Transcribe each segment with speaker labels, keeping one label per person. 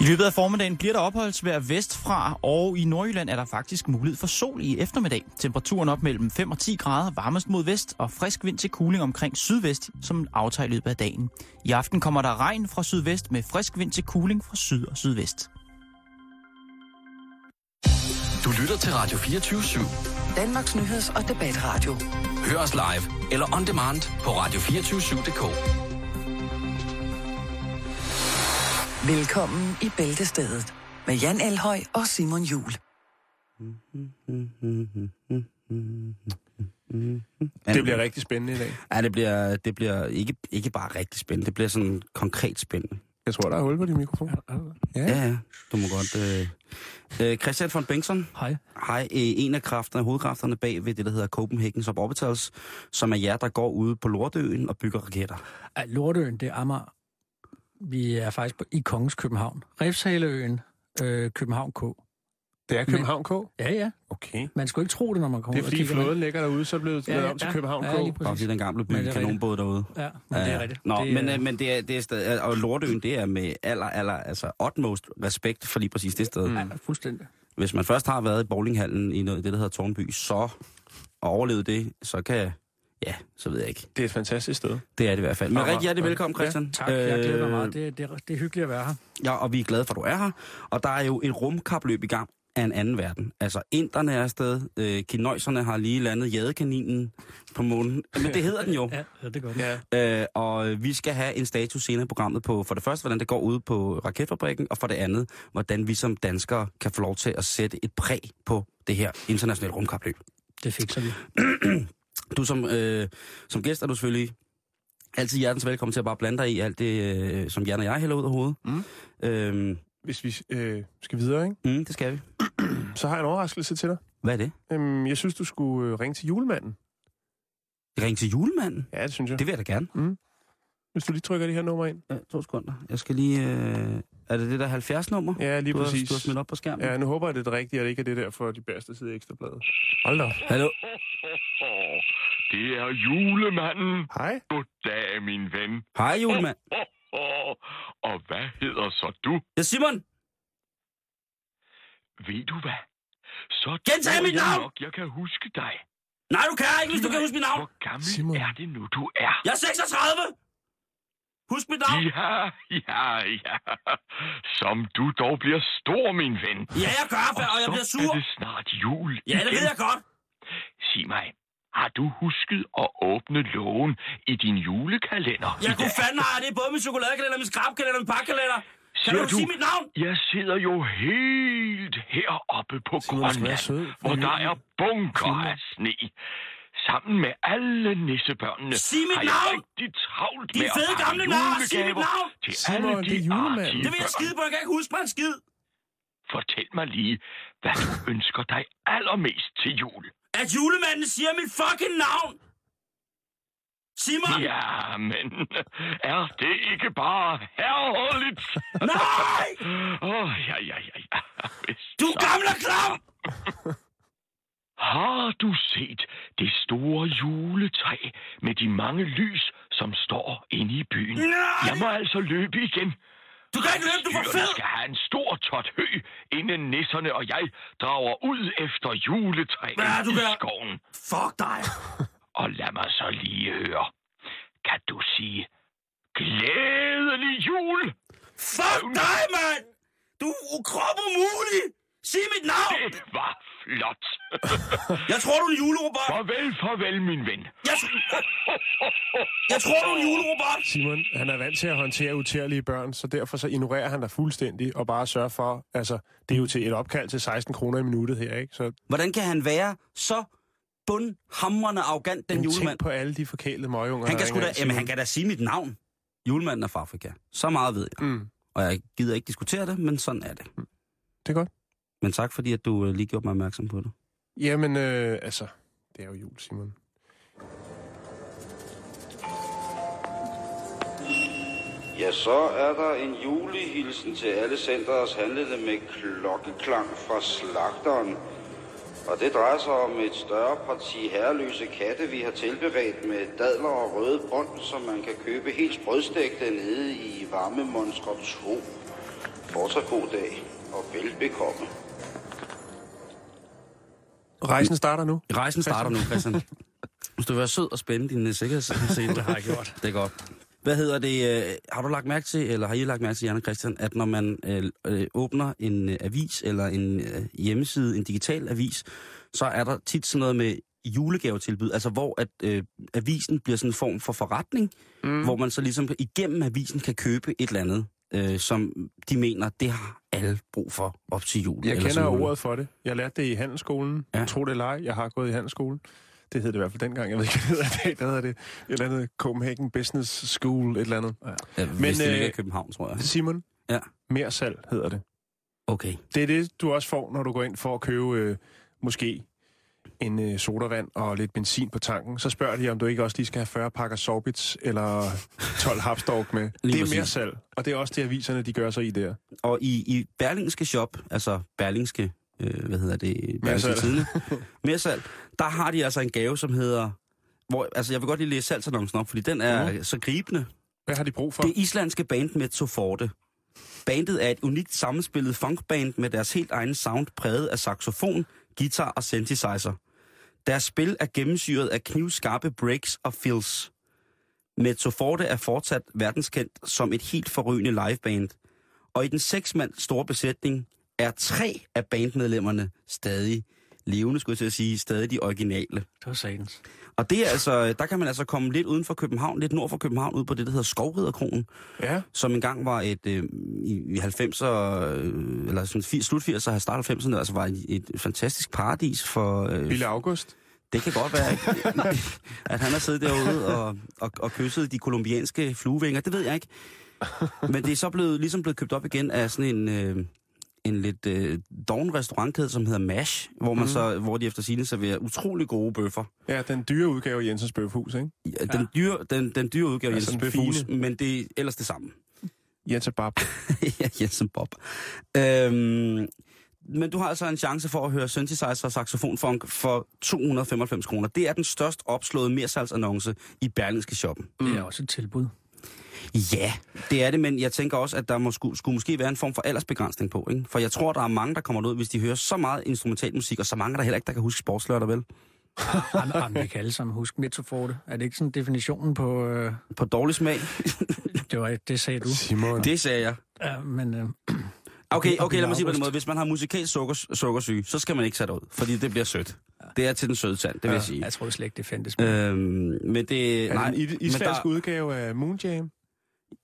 Speaker 1: I løbet af formiddagen bliver der opholdsvejr vestfra, og i Nordjylland er der faktisk mulighed for sol i eftermiddag. Temperaturen op mellem 5 og 10 grader, varmest mod vest og frisk vind til kuling omkring sydvest, som aftager i løbet af dagen. I aften kommer der regn fra sydvest med frisk vind til kuling fra syd og sydvest.
Speaker 2: Du lytter til Radio 24-7.
Speaker 3: Danmarks Nyheds- og Debatradio.
Speaker 2: Hør os live eller on demand på radio247.dk.
Speaker 3: Velkommen i Bæltestedet med Jan Elhøj og Simon Jul.
Speaker 4: Det bliver rigtig spændende i dag.
Speaker 5: Ja, det bliver, det bliver ikke, ikke bare rigtig spændende, det bliver sådan konkret spændende.
Speaker 4: Jeg tror, der er hul på din mikrofon. Ja.
Speaker 5: Ja, ja, du må godt... Øh. Øh, Christian von Bengtsson,
Speaker 6: Hej.
Speaker 5: hej. Øh, en af kræfterne, hovedkræfterne bag ved det, der hedder Copenhagen Suborbitals, som er jer, der går ude på Lortøen og bygger raketter.
Speaker 6: Ej, Lortøen, det er Amager. Vi er faktisk på, i Kongens København. Refshaleøen, øh, København K.
Speaker 4: Det er København K.
Speaker 6: Ja, ja.
Speaker 4: Okay.
Speaker 6: Man skulle ikke tro det, når man
Speaker 4: Det
Speaker 6: kommer
Speaker 4: er
Speaker 6: ud og
Speaker 4: fordi
Speaker 6: kigger. men-
Speaker 4: flåden ligger derude, så blev det lavet om til København K.
Speaker 6: ja, lige
Speaker 5: Bare fordi
Speaker 6: præcis.
Speaker 5: den gamle by
Speaker 6: Men det er
Speaker 5: kanonbåd derude.
Speaker 6: Ja, men det er rigtigt.
Speaker 5: Nå,
Speaker 6: det,
Speaker 5: det, men, øh, men det er, det er stadig, og Lortøen, det er med aller, aller, altså utmost respekt for lige præcis det sted. Mm.
Speaker 6: Ja, fuldstændig.
Speaker 5: Hvis man først har været i bowlinghallen i noget, det, der hedder Tårnby, så og overlevet det, så kan, ja, så ved jeg ikke.
Speaker 4: Det er et fantastisk sted.
Speaker 5: Det er det i hvert fald. Men
Speaker 4: Hammer.
Speaker 5: rigtig hjertelig velkommen,
Speaker 4: Ja,
Speaker 5: Christian. Øh,
Speaker 6: Tak, jeg glæder mig meget. Det, det, det er hyggeligt at være her.
Speaker 5: Ja, og vi er glade for, at du er her. Og der er jo et rumkapløb i gang af en anden verden. Altså, inderne er afsted, øh, kinøjserne har lige landet jadekaninen på månen. Men det hedder den jo.
Speaker 6: Ja, ja det er godt.
Speaker 4: Ja.
Speaker 5: Øh, og øh, vi skal have en status senere i programmet på, for det første, hvordan det går ude på raketfabrikken, og for det andet, hvordan vi som danskere kan få lov til at sætte et præg på det her internationale rumkapløb.
Speaker 6: Det fikser vi.
Speaker 5: Du som, øh, som gæst er du selvfølgelig altid hjertens velkommen til at bare blande dig i alt det, øh, som Jan og jeg hælder ud af hovedet.
Speaker 4: Mm.
Speaker 5: Øhm,
Speaker 4: Hvis vi øh, skal videre, ikke?
Speaker 5: mm, det skal vi.
Speaker 4: så har jeg en overraskelse til dig.
Speaker 5: Hvad er det?
Speaker 4: Øhm, jeg synes, du skulle øh, ringe til julemanden.
Speaker 5: Ring til julemanden?
Speaker 4: Ja, det synes jeg.
Speaker 5: Det vil jeg da gerne.
Speaker 4: Hvis du lige trykker det her nummer ind.
Speaker 5: Ja, to sekunder. Jeg skal lige... Øh... Er det det der 70-nummer?
Speaker 4: Ja, lige
Speaker 5: du har,
Speaker 4: præcis.
Speaker 5: du har smidt op på skærmen?
Speaker 4: Ja, nu håber jeg, det er det rigtige, og det ikke er det der for de bedste side ekstra blade. Hold da. op.
Speaker 5: Hallo?
Speaker 7: Det er julemanden.
Speaker 4: Hej.
Speaker 7: Goddag, min ven.
Speaker 5: Hej, julemand.
Speaker 7: Og hvad hedder så du?
Speaker 5: Ja, Simon!
Speaker 7: Ved du hvad? Så
Speaker 5: Gentag
Speaker 7: tror
Speaker 5: mit
Speaker 7: jeg
Speaker 5: navn!
Speaker 7: Nok, jeg kan huske dig.
Speaker 5: Nej, du kan ikke, hvis du kan huske mit navn!
Speaker 7: Hvor gammel
Speaker 4: Simon.
Speaker 7: er det nu, du er?
Speaker 5: Jeg er 36! Husk mit navn!
Speaker 7: Ja, ja, ja. Som du dog bliver stor, min ven.
Speaker 5: Ja, jeg gør, fa- og jeg
Speaker 7: så
Speaker 5: bliver sur.
Speaker 7: er det snart jul
Speaker 5: Ja, det
Speaker 7: igen.
Speaker 5: ved jeg godt.
Speaker 7: Sig mig, har du husket at åbne lågen i din julekalender?
Speaker 5: Jeg
Speaker 7: i
Speaker 5: kunne
Speaker 7: dag?
Speaker 5: fandme have det i både min chokoladekalender, min skrabkalender og min pakkalender. Kan
Speaker 7: Siger
Speaker 5: du,
Speaker 7: du-
Speaker 5: sige mit navn?
Speaker 7: Jeg sidder jo helt heroppe på
Speaker 4: Simon, du skal være
Speaker 7: Grønland,
Speaker 4: sød.
Speaker 7: hvor der er bunker
Speaker 4: Simon.
Speaker 7: af sne. Sammen med alle nissebørnene
Speaker 5: Sig mit
Speaker 7: har jeg
Speaker 5: navn!
Speaker 7: rigtig travlt
Speaker 5: Din
Speaker 7: med at
Speaker 5: fede
Speaker 7: pakke
Speaker 5: gamle nar! Sig mit
Speaker 7: julegaver
Speaker 5: navn!
Speaker 7: til
Speaker 4: Simon,
Speaker 7: alle de
Speaker 4: det er julemanden.
Speaker 7: artige
Speaker 5: Det vil jeg
Speaker 7: børn.
Speaker 5: skide på, jeg kan ikke huske mig en skid.
Speaker 7: Fortæl mig lige, hvad du ønsker dig allermest til jul.
Speaker 5: At julemanden siger mit fucking navn! Simon!
Speaker 7: Ja, men er det ikke bare herreligt?
Speaker 5: Nej!
Speaker 7: Åh, oh, ja, ja, ja, ja. Hvis
Speaker 5: Du
Speaker 7: så-
Speaker 5: gamle klam!
Speaker 7: Har du set det store juletræ med de mange lys, som står inde i byen?
Speaker 5: Nej!
Speaker 7: Jeg må altså løbe igen.
Speaker 5: Du kan ikke løbe, du er for
Speaker 7: Dyrene
Speaker 5: fed!
Speaker 7: skal have en stor tot hø, inden nisserne og jeg drager ud efter juletræet
Speaker 5: Hvad er du
Speaker 7: i
Speaker 5: der?
Speaker 7: skoven.
Speaker 5: Fuck dig!
Speaker 7: Og lad mig så lige høre. Kan du sige glædelig jul?
Speaker 5: Fuck dig, mand! Du er krop umulig! Sig mit navn!
Speaker 7: Det var flot.
Speaker 5: Jeg tror, du er en julerobot!
Speaker 7: farvel, farvel, min ven.
Speaker 5: Jeg, jeg tror, du er en julerobot!
Speaker 4: Simon, han er vant til at håndtere utærlige børn, så derfor så ignorerer han dig fuldstændig og bare sørger for, altså, det er jo til et opkald til 16 kroner i minuttet her, ikke? Så
Speaker 5: Hvordan kan han være så bundhamrende arrogant, den
Speaker 4: Jamen,
Speaker 5: julemand?
Speaker 4: tænk på alle de forkælede møgunger,
Speaker 5: Han
Speaker 4: der
Speaker 5: kan, sgu
Speaker 4: ringer
Speaker 5: da,
Speaker 4: ind,
Speaker 5: jamen,
Speaker 4: Simon.
Speaker 5: han kan da sige mit navn. Julemanden er fra Afrika. Så meget ved jeg.
Speaker 4: Mm,
Speaker 5: Og jeg gider ikke diskutere det, men sådan er det.
Speaker 4: det er godt.
Speaker 5: Men tak, fordi at du øh, lige gjorde mig opmærksom på det.
Speaker 4: Jamen, øh, altså, det er jo jul, Simon.
Speaker 8: Ja, så er der en julehilsen til alle centers handlende med klokkeklang fra slagteren. Og det drejer sig om et større parti herreløse katte, vi har tilberedt med dadler og røde bånd, som man kan købe helt sprødstægte nede i varme Monster 2. fortsat god dag, og velbekomme.
Speaker 4: Rejsen starter nu.
Speaker 5: Rejsen starter nu, Christian. Hvis du vil være sød og spænde din uh, sikkerhedssele. det har jeg gjort. Det er godt. Hvad hedder det? øh, Har du lagt mærke til, eller har I lagt mærke til, Jan og Christian, at når man øh, øh, åbner en øh, avis eller en øh, hjemmeside, en digital avis, så er der tit sådan noget med julegavetilbud, altså hvor at øh, avisen bliver sådan en form for forretning, mm. hvor man så ligesom igennem avisen kan købe et eller andet, øh, som de mener, det har alle brug for op til jul.
Speaker 4: Jeg
Speaker 5: eller
Speaker 4: kender
Speaker 5: sådan noget.
Speaker 4: ordet for det. Jeg lærte det i handelsskolen.
Speaker 5: Ja.
Speaker 4: Ja. Tro det eller ej, jeg har gået i handelsskolen. Det hed det i hvert fald dengang. Jeg ved ikke, hvad det hedder i dag. Der hedder det et eller andet Copenhagen Business School, et eller andet. Ja.
Speaker 5: Ja, hvis
Speaker 4: Men,
Speaker 5: det ligger i
Speaker 4: øh,
Speaker 5: København, tror jeg.
Speaker 4: Simon,
Speaker 5: Ja.
Speaker 4: mere salg hedder det.
Speaker 5: Okay.
Speaker 4: Det er det, du også får, når du går ind for at købe øh, måske en øh, sodavand og lidt benzin på tanken. Så spørger de, om du ikke også lige skal have 40 pakker sorbits eller 12 hapstork med. det er
Speaker 5: præcis.
Speaker 4: mere salg, og det er også det, aviserne de gør sig i der.
Speaker 5: Og i, i Berlingske Shop, altså Berlingske, øh, hvad hedder det, Berlingske
Speaker 4: salg.
Speaker 5: Tidene, mere salg, der har de altså en gave, som hedder, hvor, altså jeg vil godt lige læse salgsannoncen op, fordi den er
Speaker 4: Mhm.
Speaker 5: mm. så gribende.
Speaker 4: Hvad har de brug for?
Speaker 5: Det islandske band Mezzo Forte. Bandet er et unikt sammenspillet funkband med deres helt egen sound præget af saxofon, guitar og synthesizer. Deres spil er gennemsyret af knivskarpe breaks og fills. Mezzo Forte er fortsat verdenskendt som et helt forrygende liveband. Og i den seksmand store besætning er tre af bandmedlemmerne stadig levende, skulle jeg til at sige, stadig de originale.
Speaker 6: Det var satans.
Speaker 5: Og det er altså, der kan man altså komme lidt uden for København, lidt nord for København, ud på det, der hedder Skovriderkronen,
Speaker 4: Ja,
Speaker 5: som engang var et, øh, i i 90'er, øh, eller sådan 80, slut 80'er, og start 90'erne, altså var et fantastisk paradis for... Øh,
Speaker 4: Lille August.
Speaker 5: det kan godt være, ikke? at han har siddet derude og, og, og kysset de kolumbianske fluevinger. Det ved jeg ikke. Men det er så blevet, ligesom blevet købt op igen af sådan en, øh, en lidt øh, doven restaurantkæde, som hedder MASH, hvor, man mm. så, hvor de efter sine serverer utrolig gode bøffer.
Speaker 4: Ja, den dyre udgave af Jensens Bøfhus, ikke?
Speaker 5: Ja, den, dyre, den, den dyre udgave
Speaker 4: Altså
Speaker 5: altså
Speaker 4: den
Speaker 5: Jensen Fus,
Speaker 4: fine.
Speaker 5: men det er ellers det samme.
Speaker 4: Jens Bab.
Speaker 5: ja, Jensen Bob. Øhm, men du har altså en chance for at høre synthesizer og saxofonfunk for 295 kroner. Det er den størst opslåede mersalgsannonce i Berlingske Shoppen.
Speaker 6: Mm. Det er også et tilbud.
Speaker 5: Ja, det er det, men jeg tænker også, at der må, skulle, skulle måske være en form for aldersbegrænsning på. Ikke? For jeg tror, der er mange, der kommer ud, hvis de hører så meget instrumental musik, og så mange, der heller ikke der kan huske sportslørdag, vel?
Speaker 6: Jamen, jamen, vi kan alle sammen huske metoforte. Er det ikke sådan definitionen på... Øh,
Speaker 5: På dårlig smag.
Speaker 6: det, var, det sagde du.
Speaker 4: Simon.
Speaker 5: det sagde jeg.
Speaker 6: Ja, men øh,
Speaker 5: Okay,
Speaker 6: Og
Speaker 5: okay, lad mig sige på den
Speaker 6: August.
Speaker 5: måde. Hvis man har musikalsk sukker, sukkersyge, så skal man ikke sætte ud, fordi det bliver sødt. Det er til den søde tand, det vil jeg sige.
Speaker 6: jeg troede slet ikke, det fandtes. Øh,
Speaker 5: Øhm, men det...
Speaker 4: Er
Speaker 5: Nej,
Speaker 4: nej, en i-
Speaker 5: men
Speaker 4: islandsk
Speaker 5: der,
Speaker 4: der... udgave af Moonjam.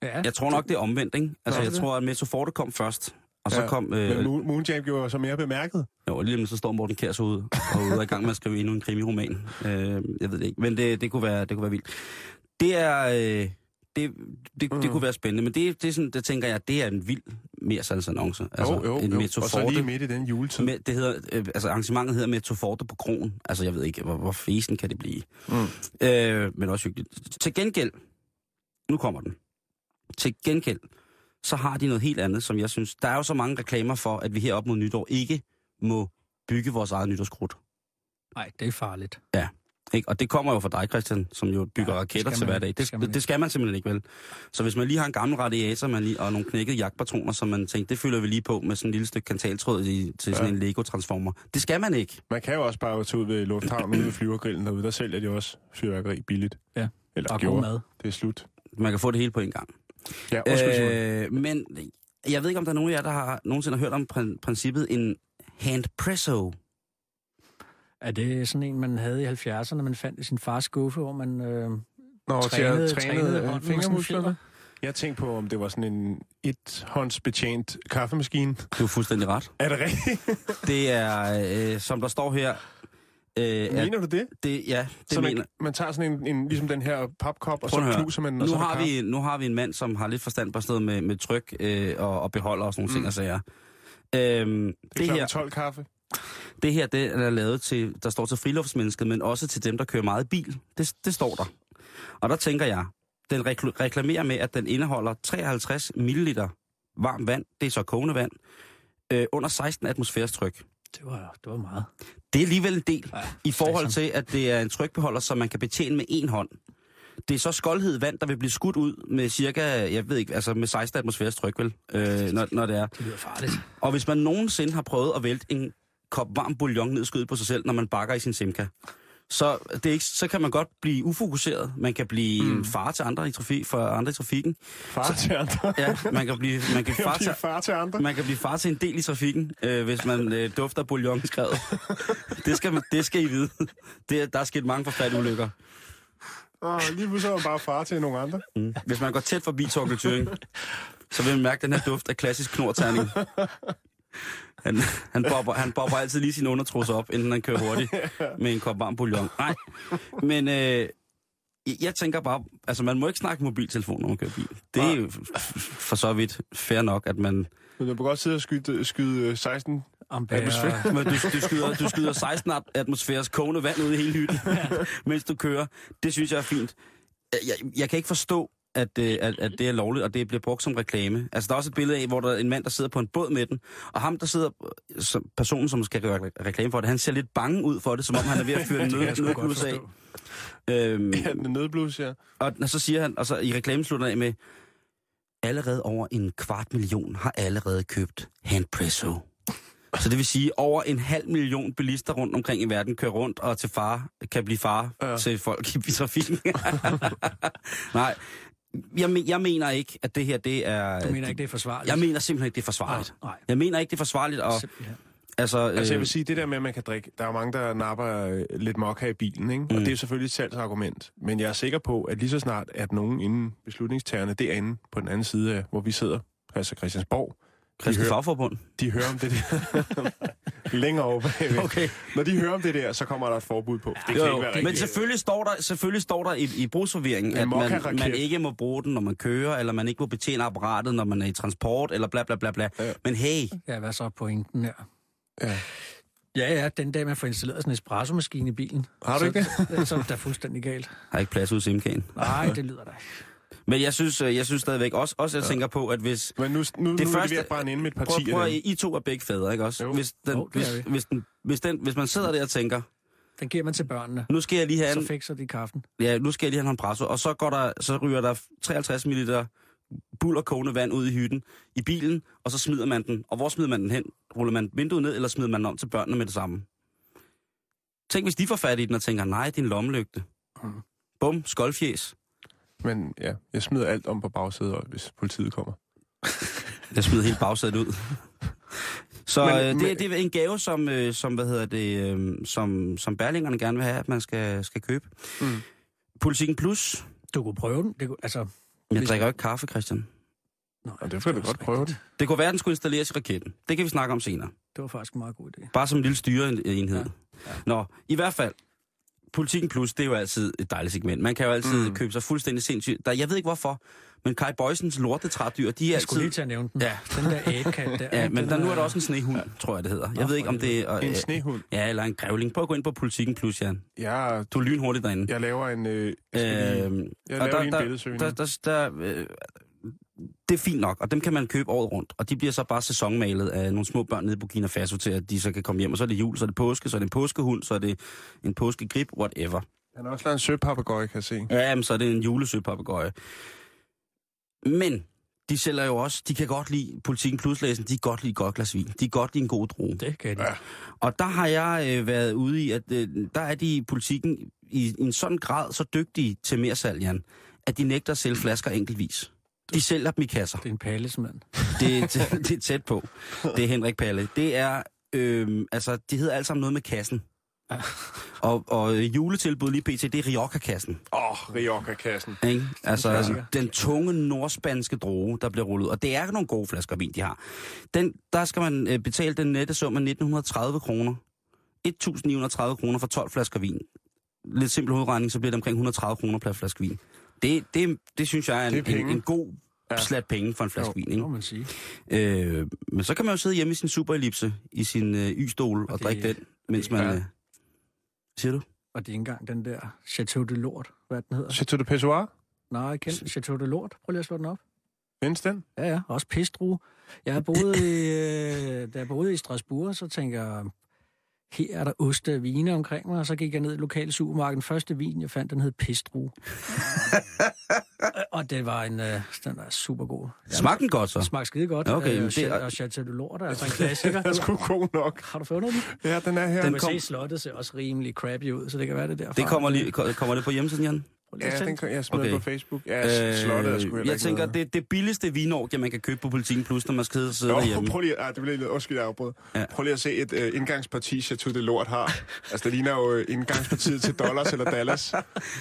Speaker 6: ja,
Speaker 5: jeg tror nok, det er omvendt, ikke? Altså,
Speaker 4: Nå,
Speaker 5: jeg
Speaker 4: det?
Speaker 5: tror, at Metoforte kom først, og så
Speaker 4: Ja,
Speaker 5: kom...
Speaker 4: Øh... Men
Speaker 5: Øh,
Speaker 4: Moon, Moonjam gjorde så mere bemærket.
Speaker 5: jo, lige om lidt, så står Morten Kjær så ude, og ude er i gang med at skrive endnu en krimiroman. Øh, jeg ved det ikke, men det, det, kunne, være, det kunne være vildt. Det er... Øh, det, det,
Speaker 4: Mm.
Speaker 5: det, kunne være spændende, men det, det, er sådan, det tænker jeg, det er en vild mere salgsannonce. Altså, en
Speaker 4: Og så
Speaker 5: Metoforte.
Speaker 4: lige midt i den juletid.
Speaker 5: Med, det hedder, øh, altså arrangementet hedder Metoforte på kronen. Altså jeg ved ikke, hvor, hvor fesen kan det blive. Mm. Øh, men også hyggeligt. Til gengæld, nu kommer den. Til gengæld, så har de noget helt andet, som jeg synes, der er jo så mange reklamer for, at vi her op mod nytår ikke må bygge vores eget nytårskrudt.
Speaker 6: Nej, det er farligt.
Speaker 5: Ikke? Og det kommer jo fra dig, Christian, som jo bygger ja,
Speaker 6: Ja,
Speaker 5: raketter
Speaker 6: skal man
Speaker 5: til hver
Speaker 6: ikke.
Speaker 5: dag. Det,
Speaker 6: Det skal man
Speaker 5: det, det skal man simpelthen ikke, vel? Så hvis man lige har en gammel radiator man lige, og nogle knækkede jagtpatroner, som man tænkte, det fylder vi lige på med sådan et lille stykke kantaltråd i, til sådan
Speaker 4: Ja.
Speaker 5: en Lego-transformer. Det skal man ikke.
Speaker 4: Man kan jo også bare tage ud ved lufthavnen ude ved flyvergrillen derude. Der sælger de også fyrværkeri billigt.
Speaker 6: Ja.
Speaker 4: Eller
Speaker 6: Og god
Speaker 4: gjorde.
Speaker 6: mad.
Speaker 4: Det er slut.
Speaker 5: Man kan få det hele på en gang.
Speaker 4: Ja, undskyld, Simon.
Speaker 5: Øh, men jeg ved ikke, om der er nogen af jer, der har nogensinde har hørt om prin- princippet en handpresso.
Speaker 6: Er det sådan en, man havde i 70'erne, man fandt i sin fars skuffe, hvor man... Øh,
Speaker 4: Nå, til at-
Speaker 6: trænede-
Speaker 4: trænede,
Speaker 6: trænede
Speaker 4: øh,
Speaker 6: hånden med sådan en
Speaker 4: fingermusklerne.
Speaker 6: fjeder.
Speaker 4: Jeg tænkte på, om det var sådan en ethåndsbetjent kaffemaskine.
Speaker 5: Du er fuldstændig ret.
Speaker 4: Er det rigtigt?
Speaker 5: Det er, øh, som der står her... Øh, at
Speaker 4: Mener du det?
Speaker 5: det, ja, det
Speaker 4: så man,
Speaker 5: mener
Speaker 4: man tager sådan en, en, ligesom den her papkop, og
Speaker 5: Prøv at
Speaker 4: så
Speaker 5: høre.
Speaker 4: knuser man den, og
Speaker 5: nu
Speaker 4: så er der
Speaker 5: har,
Speaker 4: kaffe.
Speaker 5: vi, nu har vi en mand, som har lidt forstand på sådan noget med, med tryk øh, og, og beholder og sådan nogle mm. ting og sager. Øhm, det,
Speaker 4: Det
Speaker 5: det,
Speaker 4: er
Speaker 5: her,
Speaker 4: klokken 12 kaffe.
Speaker 5: det her, det er lavet til, der står til friluftsmennesket, men også til dem, der kører meget i bil. Det, det står der. Og der tænker jeg, den rekl- reklamerer med, at den indeholder 53 ml varmt vand, det er så kogende vand, øh, under 16 atmosfæres tryk.
Speaker 6: det, var, det var meget.
Speaker 5: Det er alligevel en del
Speaker 6: Ja,
Speaker 5: i forhold
Speaker 6: det
Speaker 5: til, at det er en trykbeholder, som man kan betjene med en hånd. Det er så skoldhed vand, der vil blive skudt ud med cirka, jeg ved ikke, altså med 16 atmosfæres tryk, vel, øh, når, når det er.
Speaker 6: Det lyder farligt.
Speaker 5: Og hvis man nogensinde har prøvet at vælte en kop varm bouillon ned i skødet på sig selv, når man bakker i sin simka, så, det er ikke, så kan man godt blive ufokuseret. Man kan blive mm. en far til andre i, trafik, for andre i trafikken.
Speaker 4: Far til andre.
Speaker 5: Ja, man kan blive, man kan far
Speaker 4: Jeg
Speaker 5: til,
Speaker 4: bliver far til andre.
Speaker 5: man kan blive far til en del i trafikken, øh, hvis man øh, dufter bouillon i skrevet. Det skal, man, det skal I vide. Det, er- der er sket mange forfærdelige ulykker.
Speaker 4: Og lige pludselig er man bare far til nogle andre.
Speaker 5: Hvis man går tæt forbi Torkel Thuring, så vil man mærke den her duft af klassisk knorterning. Han, han, bobber, han bobber altid lige sin undertrusser op, inden han kører hurtigt med en kop varm bouillon. Nej, men øh, jeg- jeg tænker bare, altså man må ikke snakke mobiltelefon, når man kører bil. Det er jo f- for så vidt fair nok, at man...
Speaker 4: Men du kan godt sidde og skyde, skyde øh, 16.
Speaker 6: Ampere.
Speaker 5: Men du, du, skyder, du skyder 16 at- atmosfæres kogende vand ud i hele hytten, mens du kører. Det synes jeg er fint. Jeg, jeg kan ikke forstå, at, øh, at, at det er lovligt, og det bliver brugt som reklame. Altså, der er også et billede af, hvor der er en mand, der sidder på en båd med den, og ham, der sidder, øh, som, personen, som skal gøre re- reklame for det, han ser lidt bange ud for det, som om han er ved at fyre en
Speaker 6: Det kan jeg
Speaker 5: nød-
Speaker 6: sgu godt
Speaker 5: nødblus af.
Speaker 6: forstå.
Speaker 5: Øhm,
Speaker 4: Ja, den er nødblus, ja.
Speaker 5: og og så siger han, og så i reklamen slutter han af med, allerede over en kvart million har allerede købt Handpresso. Så det vil sige, over en halv million bilister rundt omkring i verden kører rundt og til far, kan blive far ja. til folk i trafikken. Nej, jeg, men, jeg mener ikke, at det her det er...
Speaker 6: Du mener ikke, det er forsvarligt?
Speaker 5: Jeg mener simpelthen ikke, det er forsvarligt.
Speaker 6: Nej, nej.
Speaker 5: Jeg mener ikke, det er forsvarligt. Og,
Speaker 6: Simpelthen.
Speaker 5: altså, øh,
Speaker 4: Altså jeg vil sige, det der med, at man kan drikke, der er jo mange, der napper øh, lidt mokka i bilen, ikke? Mm. og det er jo selvfølgelig et salgsargument. Men jeg er sikker på, at lige så snart, at nogen inden beslutningstagerne derinde på den anden side, af, hvor vi sidder, altså Christiansborg, de
Speaker 5: Kristelig
Speaker 4: hører,
Speaker 5: Fagforbund.
Speaker 4: de hører om det der længere over bagved.
Speaker 5: Okay.
Speaker 4: Når de hører om det der, så kommer der et forbud på. Det kan
Speaker 5: Jo,
Speaker 4: ikke
Speaker 5: jo.
Speaker 4: være rigtigt.
Speaker 5: Men selvfølgelig står der, selvfølgelig står der i, i brugsforvirringen,
Speaker 4: En
Speaker 5: at man,
Speaker 4: mokka-raket.
Speaker 5: man ikke må bruge den, når man kører, eller man ikke må betjene apparatet, når man er i transport, eller bla bla bla bla. Ja. Men hey,
Speaker 6: Ja, hvad så er pointen her?
Speaker 4: Ja.
Speaker 6: Ja, ja, den dag, man får installeret sådan en espresso-maskine i bilen.
Speaker 4: Har du
Speaker 6: så,
Speaker 4: ikke
Speaker 6: det? Så er det da fuldstændig galt.
Speaker 5: har ikke plads ud til Simkagen.
Speaker 6: Nej, det lyder da. ikke.
Speaker 5: Men jeg synes, øh, jeg synes stadigvæk også, også jeg tænker på, at hvis...
Speaker 4: Men nu, nu, nu er de ved at brænde ind med et parti.
Speaker 5: prøv, prøv, I I to er begge fædre, ikke også?
Speaker 4: Jo.
Speaker 5: Hvis, den,
Speaker 6: Jo, det er
Speaker 5: hvis,
Speaker 6: vi.
Speaker 5: hvis, den, hvis, den, hvis man sidder der og tænker,
Speaker 6: Den giver man til børnene.
Speaker 5: nu skal jeg lige have
Speaker 6: Så
Speaker 5: en,
Speaker 6: fikser de kaffen.
Speaker 5: ja, nu skal jeg lige have en presso, og så, går der, så ryger der 53 ml buller kogende vand ud i hytten, i bilen, og så smider man den. Og hvor smider man den hen? Ruller man vinduet ned, eller smider man den om til børnene med det samme? Tænk, hvis de får fat i den og tænker, nej, det er en lommelygte.
Speaker 4: Mm.
Speaker 5: Bum, skoldfjes.
Speaker 4: Men ja, jeg smider alt om på bagsædet, hvis politiet kommer.
Speaker 5: Jeg smider helt bagsædet ud. Så
Speaker 4: Men-
Speaker 5: men, øh, det,
Speaker 4: men-
Speaker 5: det er en gave, som, øh, som, hvad hedder det, øh, som, som Berlingerne gerne vil have, at man skal, skal købe. Mm. Politikken Plus.
Speaker 6: Du kunne prøve den. Det kunne, altså,
Speaker 5: Jeg
Speaker 6: Hvis-
Speaker 5: drikker jo ikke kaffe, Christian.
Speaker 6: nej,
Speaker 4: Og derfor kan vi
Speaker 6: det var
Speaker 4: godt prøve det.
Speaker 5: Det kunne være, at den skulle installeres i raketten. Det kan vi snakke om senere.
Speaker 6: Det var faktisk en meget god idé.
Speaker 5: Bare som en lille styreenhed. Ja. Ja. Nå, i hvert fald. Politikken Plus, det er jo altid et dejligt segment. Man kan jo altid mm. købe sig fuldstændig sindssygt. Der, jeg ved ikke hvorfor, men Kai Bøjsens lortetrædyr, de er
Speaker 6: Jeg skulle
Speaker 5: altid...
Speaker 6: lige til at nævne den.
Speaker 5: Ja.
Speaker 6: Den der ægkat der.
Speaker 5: Ja, men
Speaker 6: den
Speaker 5: der, nu er der også en snehund, ja. tror jeg det hedder. Jeg
Speaker 6: Nå,
Speaker 5: ved ikke, om det er...
Speaker 4: En
Speaker 5: øh,
Speaker 4: snehund.
Speaker 5: Ja, eller en grævling. Prøv at gå ind på Politikken Plus, Jan.
Speaker 4: Jeg,
Speaker 5: Du er lynhurtigt derinde.
Speaker 4: jeg laver en... Øh, jeg skal lige-
Speaker 5: Øhm,
Speaker 4: jeg
Speaker 5: og
Speaker 4: laver
Speaker 5: der,
Speaker 4: lige en
Speaker 5: der,
Speaker 4: billedsøgning.
Speaker 5: der, der, der, øh, det er fint nok, og dem kan man købe året rundt. Og de bliver så bare sæsonmalet af nogle små børn nede i Burkina Faso til, at de så kan komme hjem. Og så er det jul, så er det påske, så er det en påskehund, så er det en påskegrib, whatever.
Speaker 4: Han har også lavet en søpapagøj, kan jeg se.
Speaker 5: Ja, jamen, så er det en julesøpapegøje. Men de sælger jo også, de kan godt lide politikken pluslæsen, de kan godt lide et godt glas vin. De kan godt lide en god droge.
Speaker 6: Det kan de. Ja.
Speaker 5: Og der har jeg øh, været ude i, at øh, der er de i politikken i, i en sådan grad så dygtige til mere salg, Jan, at de nægter at sælge flasker enkeltvis. De sælger dem i kasser.
Speaker 6: Det er en pallesmand.
Speaker 5: Det, det, det er tæt på. Det er Henrik Palle. Det er, øh, altså, de hedder alle sammen noget med kassen. Og, og øh, juletilbud lige pt, det er Rioja-kassen.
Speaker 4: Åh, oh, Rioja-kassen.
Speaker 5: Ikke? Altså, den tunge nordspanske droge, der bliver rullet ud. Og det er nogle gode flasker vin, de har. Den, der skal man øh, betale den nette sum af 1930 kroner. 1930 kroner for 12 flasker vin. Lidt simpel hovedregning, så bliver det omkring 130 kroner per flaske vin. Det, det, det synes jeg er en,
Speaker 4: Det er
Speaker 5: er en,
Speaker 4: penge.
Speaker 5: en god slat penge for en flaske vin.
Speaker 6: Det må
Speaker 5: Ikke?
Speaker 6: man sige.
Speaker 5: Øh, men så kan man jo sidde hjemme i sin superellipse, i sin øh, y-stol og, og
Speaker 6: det-
Speaker 5: drikke den, mens man...
Speaker 6: ja.
Speaker 5: Øh, siger du?
Speaker 6: Og det er ikke engang den der Chateau de Lort. Hvad den hedder?
Speaker 4: Chateau de Pessoir.
Speaker 6: Nej, kendt Chateau de Lort. Prøv lige at slå den op.
Speaker 4: Findes den?
Speaker 6: Ja, ja. Også pisdrue. Jeg boede i, øh, da jeg boede i Strasbourg, så tænker jeg, her er der oste og vine omkring mig, og så gik jeg ned i det lokale supermarked. Den første vin, jeg fandt, den hed Pistrue. og det var en, øh, den var super god.
Speaker 5: Smagte den godt, så?
Speaker 6: Smagte skide godt.
Speaker 5: Ja, okay, men
Speaker 6: øh,
Speaker 5: det
Speaker 6: det
Speaker 5: er-
Speaker 6: er... Og Chateau du Lort er altså en klassiker.
Speaker 4: Den er sgu god nok.
Speaker 6: Har du fundet den?
Speaker 4: Ja, den er her.
Speaker 6: Den
Speaker 4: Den,
Speaker 6: kan se, slottet ser også rimelig crappy ud, så det kan være det derfor.
Speaker 5: Det kommer, lige, ko- kommer det på hjemmesiden, Jan?
Speaker 6: Prøv lige at
Speaker 4: ja,
Speaker 6: tænde.
Speaker 4: den kan, jeg smed
Speaker 5: Okay.
Speaker 4: okay. på Facebook. Ja, øh, slottet er sgu heller
Speaker 5: Jeg
Speaker 4: ikke
Speaker 5: tænker,
Speaker 4: noget.
Speaker 5: det, det billigste vinorgie, man kan købe på Politiken Plus, når man skal sidde- sidde
Speaker 4: Nå,
Speaker 5: derhjemme.
Speaker 4: prøv lige, ah, det bliver lidt, undskyld, jeg afbrød.
Speaker 5: Ja.
Speaker 4: Ja. Prøv lige at se et øh, indgangsparti, Chateau de Lort har. Altså, det ligner jo øh, indgangspartiet til Dollars eller Dallas.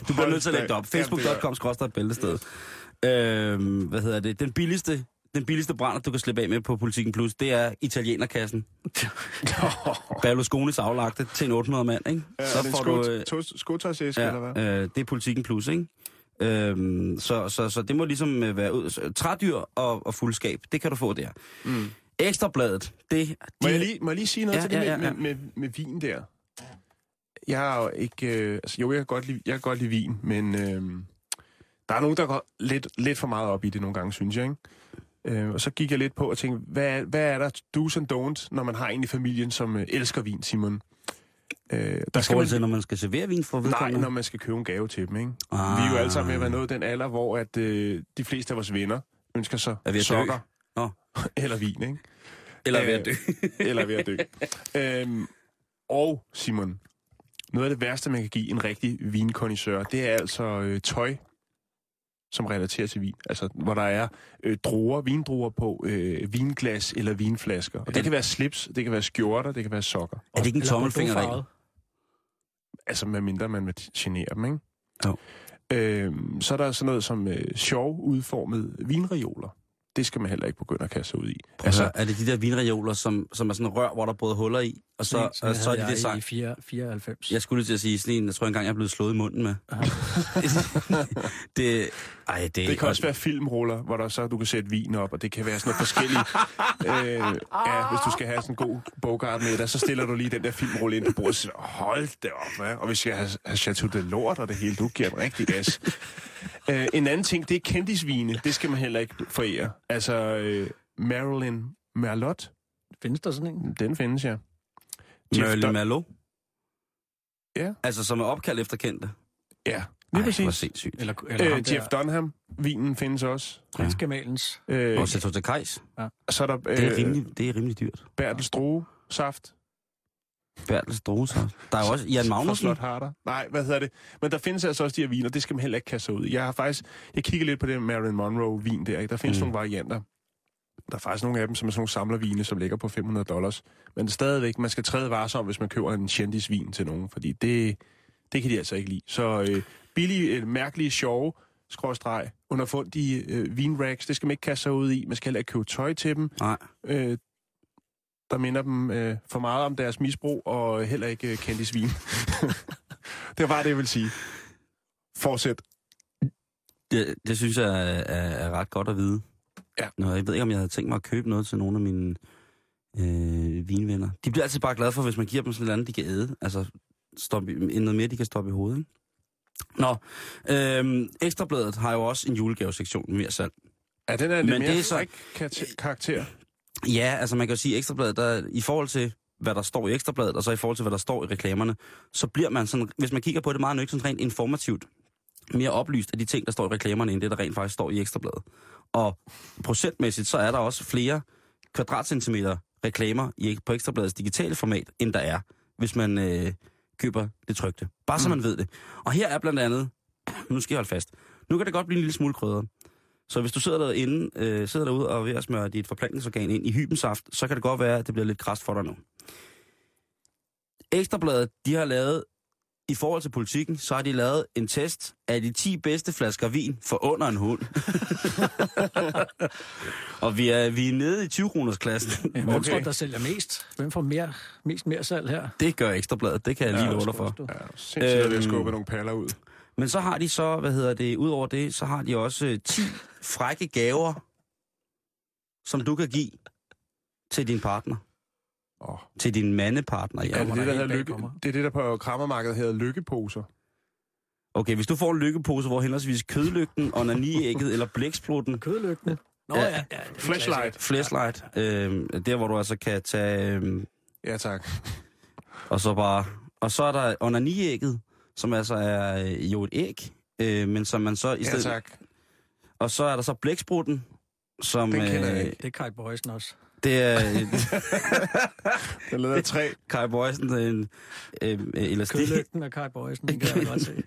Speaker 5: Du bliver nødt til at lægge det op.
Speaker 4: Hold da- Jamen, det gør jeg.
Speaker 5: Facebook.com skråstrej bæltested. Øhm, hvad hedder det? Den billigste, den billigste brænder, du kan slippe af med på Politiken Plus, det er italienerkassen. Berlusconis aflagte til en 800 mand, ikke?
Speaker 4: Ja, så får du... Skotøjsæske, ja. eller hvad?
Speaker 5: øh, det er Politiken Plus, ikke? Øhm, så, så, så det må ligesom øh, være ud. så Trædyr og, og fuldskab, det kan du få der. Mm. Ekstrabladet, det... De,
Speaker 4: Må jeg, lige, må jeg lige sige noget
Speaker 5: Ja,
Speaker 4: ja, til det
Speaker 5: ja,
Speaker 4: ja,
Speaker 5: ja,
Speaker 4: ja,
Speaker 5: ja.
Speaker 4: Med, med, med, med vin der? Jeg er jo ikke... Øh, altså, jo, jeg kan, godt lide, jeg kan godt lide vin, men øh, der er nogen, der går lidt, lidt for meget op i det nogle gange, synes jeg, ikke? Øh, og så gik jeg lidt på og tænkte, hvad, er- hvad er der do's and don'ts, når man har en i familien, som øh, elsker vin, Simon? Øh, der
Speaker 5: I forhold til, når man skal servere vin for
Speaker 4: Nej,
Speaker 5: vedkommende?
Speaker 4: når man skal købe en gave til dem, ikke?
Speaker 5: Ah.
Speaker 4: Ah. Vi er jo alle sammen ved at være nået den alder, hvor at, øh, de fleste af vores venner ønsker sig
Speaker 5: Er ved at dø.
Speaker 4: sokker
Speaker 5: Nå.
Speaker 4: eller vin, ikke?
Speaker 5: Eller ved at dø.
Speaker 4: eller ved at dø. Øhm, og Simon, noget af det værste, man kan give en rigtig vinkondisseur, det er altså øh, tøj, som relaterer til vin. Altså, hvor der er øh, druer, vindruer på øh, vinglas eller vinflasker. Og det kan være slips, det kan være skjorter, det kan være sokker.
Speaker 5: Er det ikke en
Speaker 6: Eller
Speaker 5: tommelfingerregel?
Speaker 6: bordeauxfarvet.
Speaker 4: Altså, medmindre man vil genere dem, ikke?
Speaker 5: Jo.
Speaker 4: Øhm, så er der sådan noget som øh, sjov udformede vinreoler. Det skal man heller ikke begynde at kaste sig ud i.
Speaker 5: Altså, er det de der vinreoler, som, som er sådan en rør, hvor der er både huller i, og så,
Speaker 6: Sådan
Speaker 5: og så er
Speaker 6: havde
Speaker 5: de det
Speaker 6: jeg i
Speaker 5: sagt.
Speaker 6: 4, 94.
Speaker 5: Jeg skulle lige til at sige sådan en, jeg tror engang, jeg er blevet slået i munden med. det, ej, det,
Speaker 4: Det kan også være filmruller, hvor der så du kan sætte vin op, og det kan være sådan noget forskelligt. øh, ja, hvis du skal have sådan en god bogart med dig, så stiller du lige den der filmrulle ind på bordet og siger, hold da op, hva? Og hvis jeg har, har Chateau de Lort og det hele, du giver den rigtig gas. øh, en anden ting, det er kendisvine. Det skal man heller ikke forære. Altså, øh, Marilyn Merlot,
Speaker 6: Findes der sådan en?
Speaker 4: den findes, ja. Jeff
Speaker 5: Merle
Speaker 4: Dun-
Speaker 5: Malo.
Speaker 4: Ja.
Speaker 5: Altså, som er opkaldt efter kendte.
Speaker 4: Ja, lige
Speaker 5: Ej, hvor
Speaker 4: præcis.
Speaker 5: sindssygt.
Speaker 6: Eller, eller ham
Speaker 4: Øh,
Speaker 6: der,
Speaker 4: Jeff Dunham, vinen findes også.
Speaker 6: prinsgemalens.
Speaker 4: Øh,
Speaker 5: Og Chateau de Kajs.
Speaker 4: så er der
Speaker 5: Det er,
Speaker 4: øh,
Speaker 5: rimelig, det er rimelig dyrt.
Speaker 4: Bertel Strohe, saft.
Speaker 5: Bertels Drosaft. Der er jo også Jan
Speaker 4: Fra
Speaker 5: Magnussen.
Speaker 4: Slot Harder. Nej, hvad hedder det? Men der findes altså også de her viner, det skal man heller ikke kaste sig ud i. Jeg har faktisk, jeg kigger lidt på det Marilyn Monroe-vin der, ikke? Der findes
Speaker 5: Mm.
Speaker 4: mm. nogle varianter. Der er faktisk nogle af dem, som er sådan nogle samlervine, som ligger på 500 dollars. Men stadigvæk, man skal træde varsom, hvis man køber en kendisvin til nogen, fordi det, det kan de altså ikke lide. Så øh, billige, øh, mærkelige, sjove, skråstreg, underfundige øh, vinracks, det skal man ikke kaste sig ud i. Man skal heller ikke købe tøj til dem,
Speaker 5: Nej.
Speaker 4: øh, der minder dem øh, for meget om deres misbrug, og heller ikke øh, kendte svin. det var det, jeg vil sige. Fortsæt.
Speaker 5: Det, det synes jeg er, er, er ret godt at vide.
Speaker 4: Ja.
Speaker 5: Nå, jeg ved ikke, om jeg havde tænkt mig at købe noget til nogle af mine øh, vinvenner. De bliver altid bare glade for, hvis man giver dem sådan noget andet, de kan æde. Altså, stop i, noget mere, de kan stoppe i hovedet. Ikke? Nå, øhm, Ekstrabladet har jo også en julegavesektion mere salg.
Speaker 4: Ja, den er lidt
Speaker 5: Men
Speaker 4: mere
Speaker 5: det er så- Øh.
Speaker 4: fræk kar- karakter.
Speaker 5: Ja, altså man kan jo sige, at Ekstrabladet, der, i forhold til hvad der står i Ekstrabladet, og så i forhold til, hvad der står i reklamerne, så bliver man sådan, hvis man kigger på det meget nøgternt rent informativt, mere oplyst af de ting, der står i reklamerne, end det, der rent faktisk står i Ekstrabladet. Og procentmæssigt, så er der også flere kvadratcentimeter reklamer i, på Ekstrabladets digitale format, end der er, hvis man øh, køber det trygte. Bare så man ved det. Og her er blandt andet, nu skal jeg holde fast, nu kan det godt blive en lille smule krydret. Så hvis du sidder derinde, øh, sidder derude og er ved at smøre dit forplantningsorgan ind i hybensaft, så kan det godt være, at det bliver lidt krast for dig nu. Ekstrabladet, de har lavet, i forhold til politikken, så har de lavet en test af de 10 bedste flasker vin for under en hund. og vi er, vi er nede i 20-kronersklassen.
Speaker 6: Hvem okay. tror, der sælger mest? Hvem får mere, mest mere salg her?
Speaker 5: Det gør Ekstrabladet, det kan jeg lige love dig for.
Speaker 4: Ja, sindssygt, øhm... at
Speaker 5: Øhm.
Speaker 4: jeg skubbe nogle perler ud.
Speaker 5: Men så har de så, hvad hedder det, udover det, så har de også øh, 10 frække gaver, som du kan give til din partner.
Speaker 4: Åh.
Speaker 5: Til din mandepartner,
Speaker 4: Ja,
Speaker 5: ja.
Speaker 4: det, er det,
Speaker 6: der
Speaker 4: der hedder
Speaker 6: helt
Speaker 4: lykke,
Speaker 6: bag kommer.
Speaker 4: det er det, der på krammermarkedet hedder lykkeposer.
Speaker 5: Okay, hvis du får en lykkepose, hvor henholdsvis kødlygten, onaniægget eller blæksprutten,
Speaker 6: Kødlygten? Nå
Speaker 5: Ja.
Speaker 6: ja. ja, ja
Speaker 4: Flashlight.
Speaker 5: øhm, flashlight, øh, der hvor du altså kan tage... Øh,
Speaker 4: Ja, tak.
Speaker 5: øhm, Og så bare... Og så er der onaniægget, som altså er øh, jo et æg, øh, men som man så i
Speaker 4: Ja,
Speaker 5: stedet...
Speaker 4: tak.
Speaker 5: og så er der så blæksprutten, som... øh,
Speaker 4: Den kender jeg ikke.
Speaker 6: Det er Kai Bøjsen også.
Speaker 5: Det er...
Speaker 4: Jeg lavede af træ.
Speaker 5: Kai Boysen, øh, en, øh, øh, elastik.
Speaker 6: Kødlygten og Kai Bøjsen, den kan jeg godt se.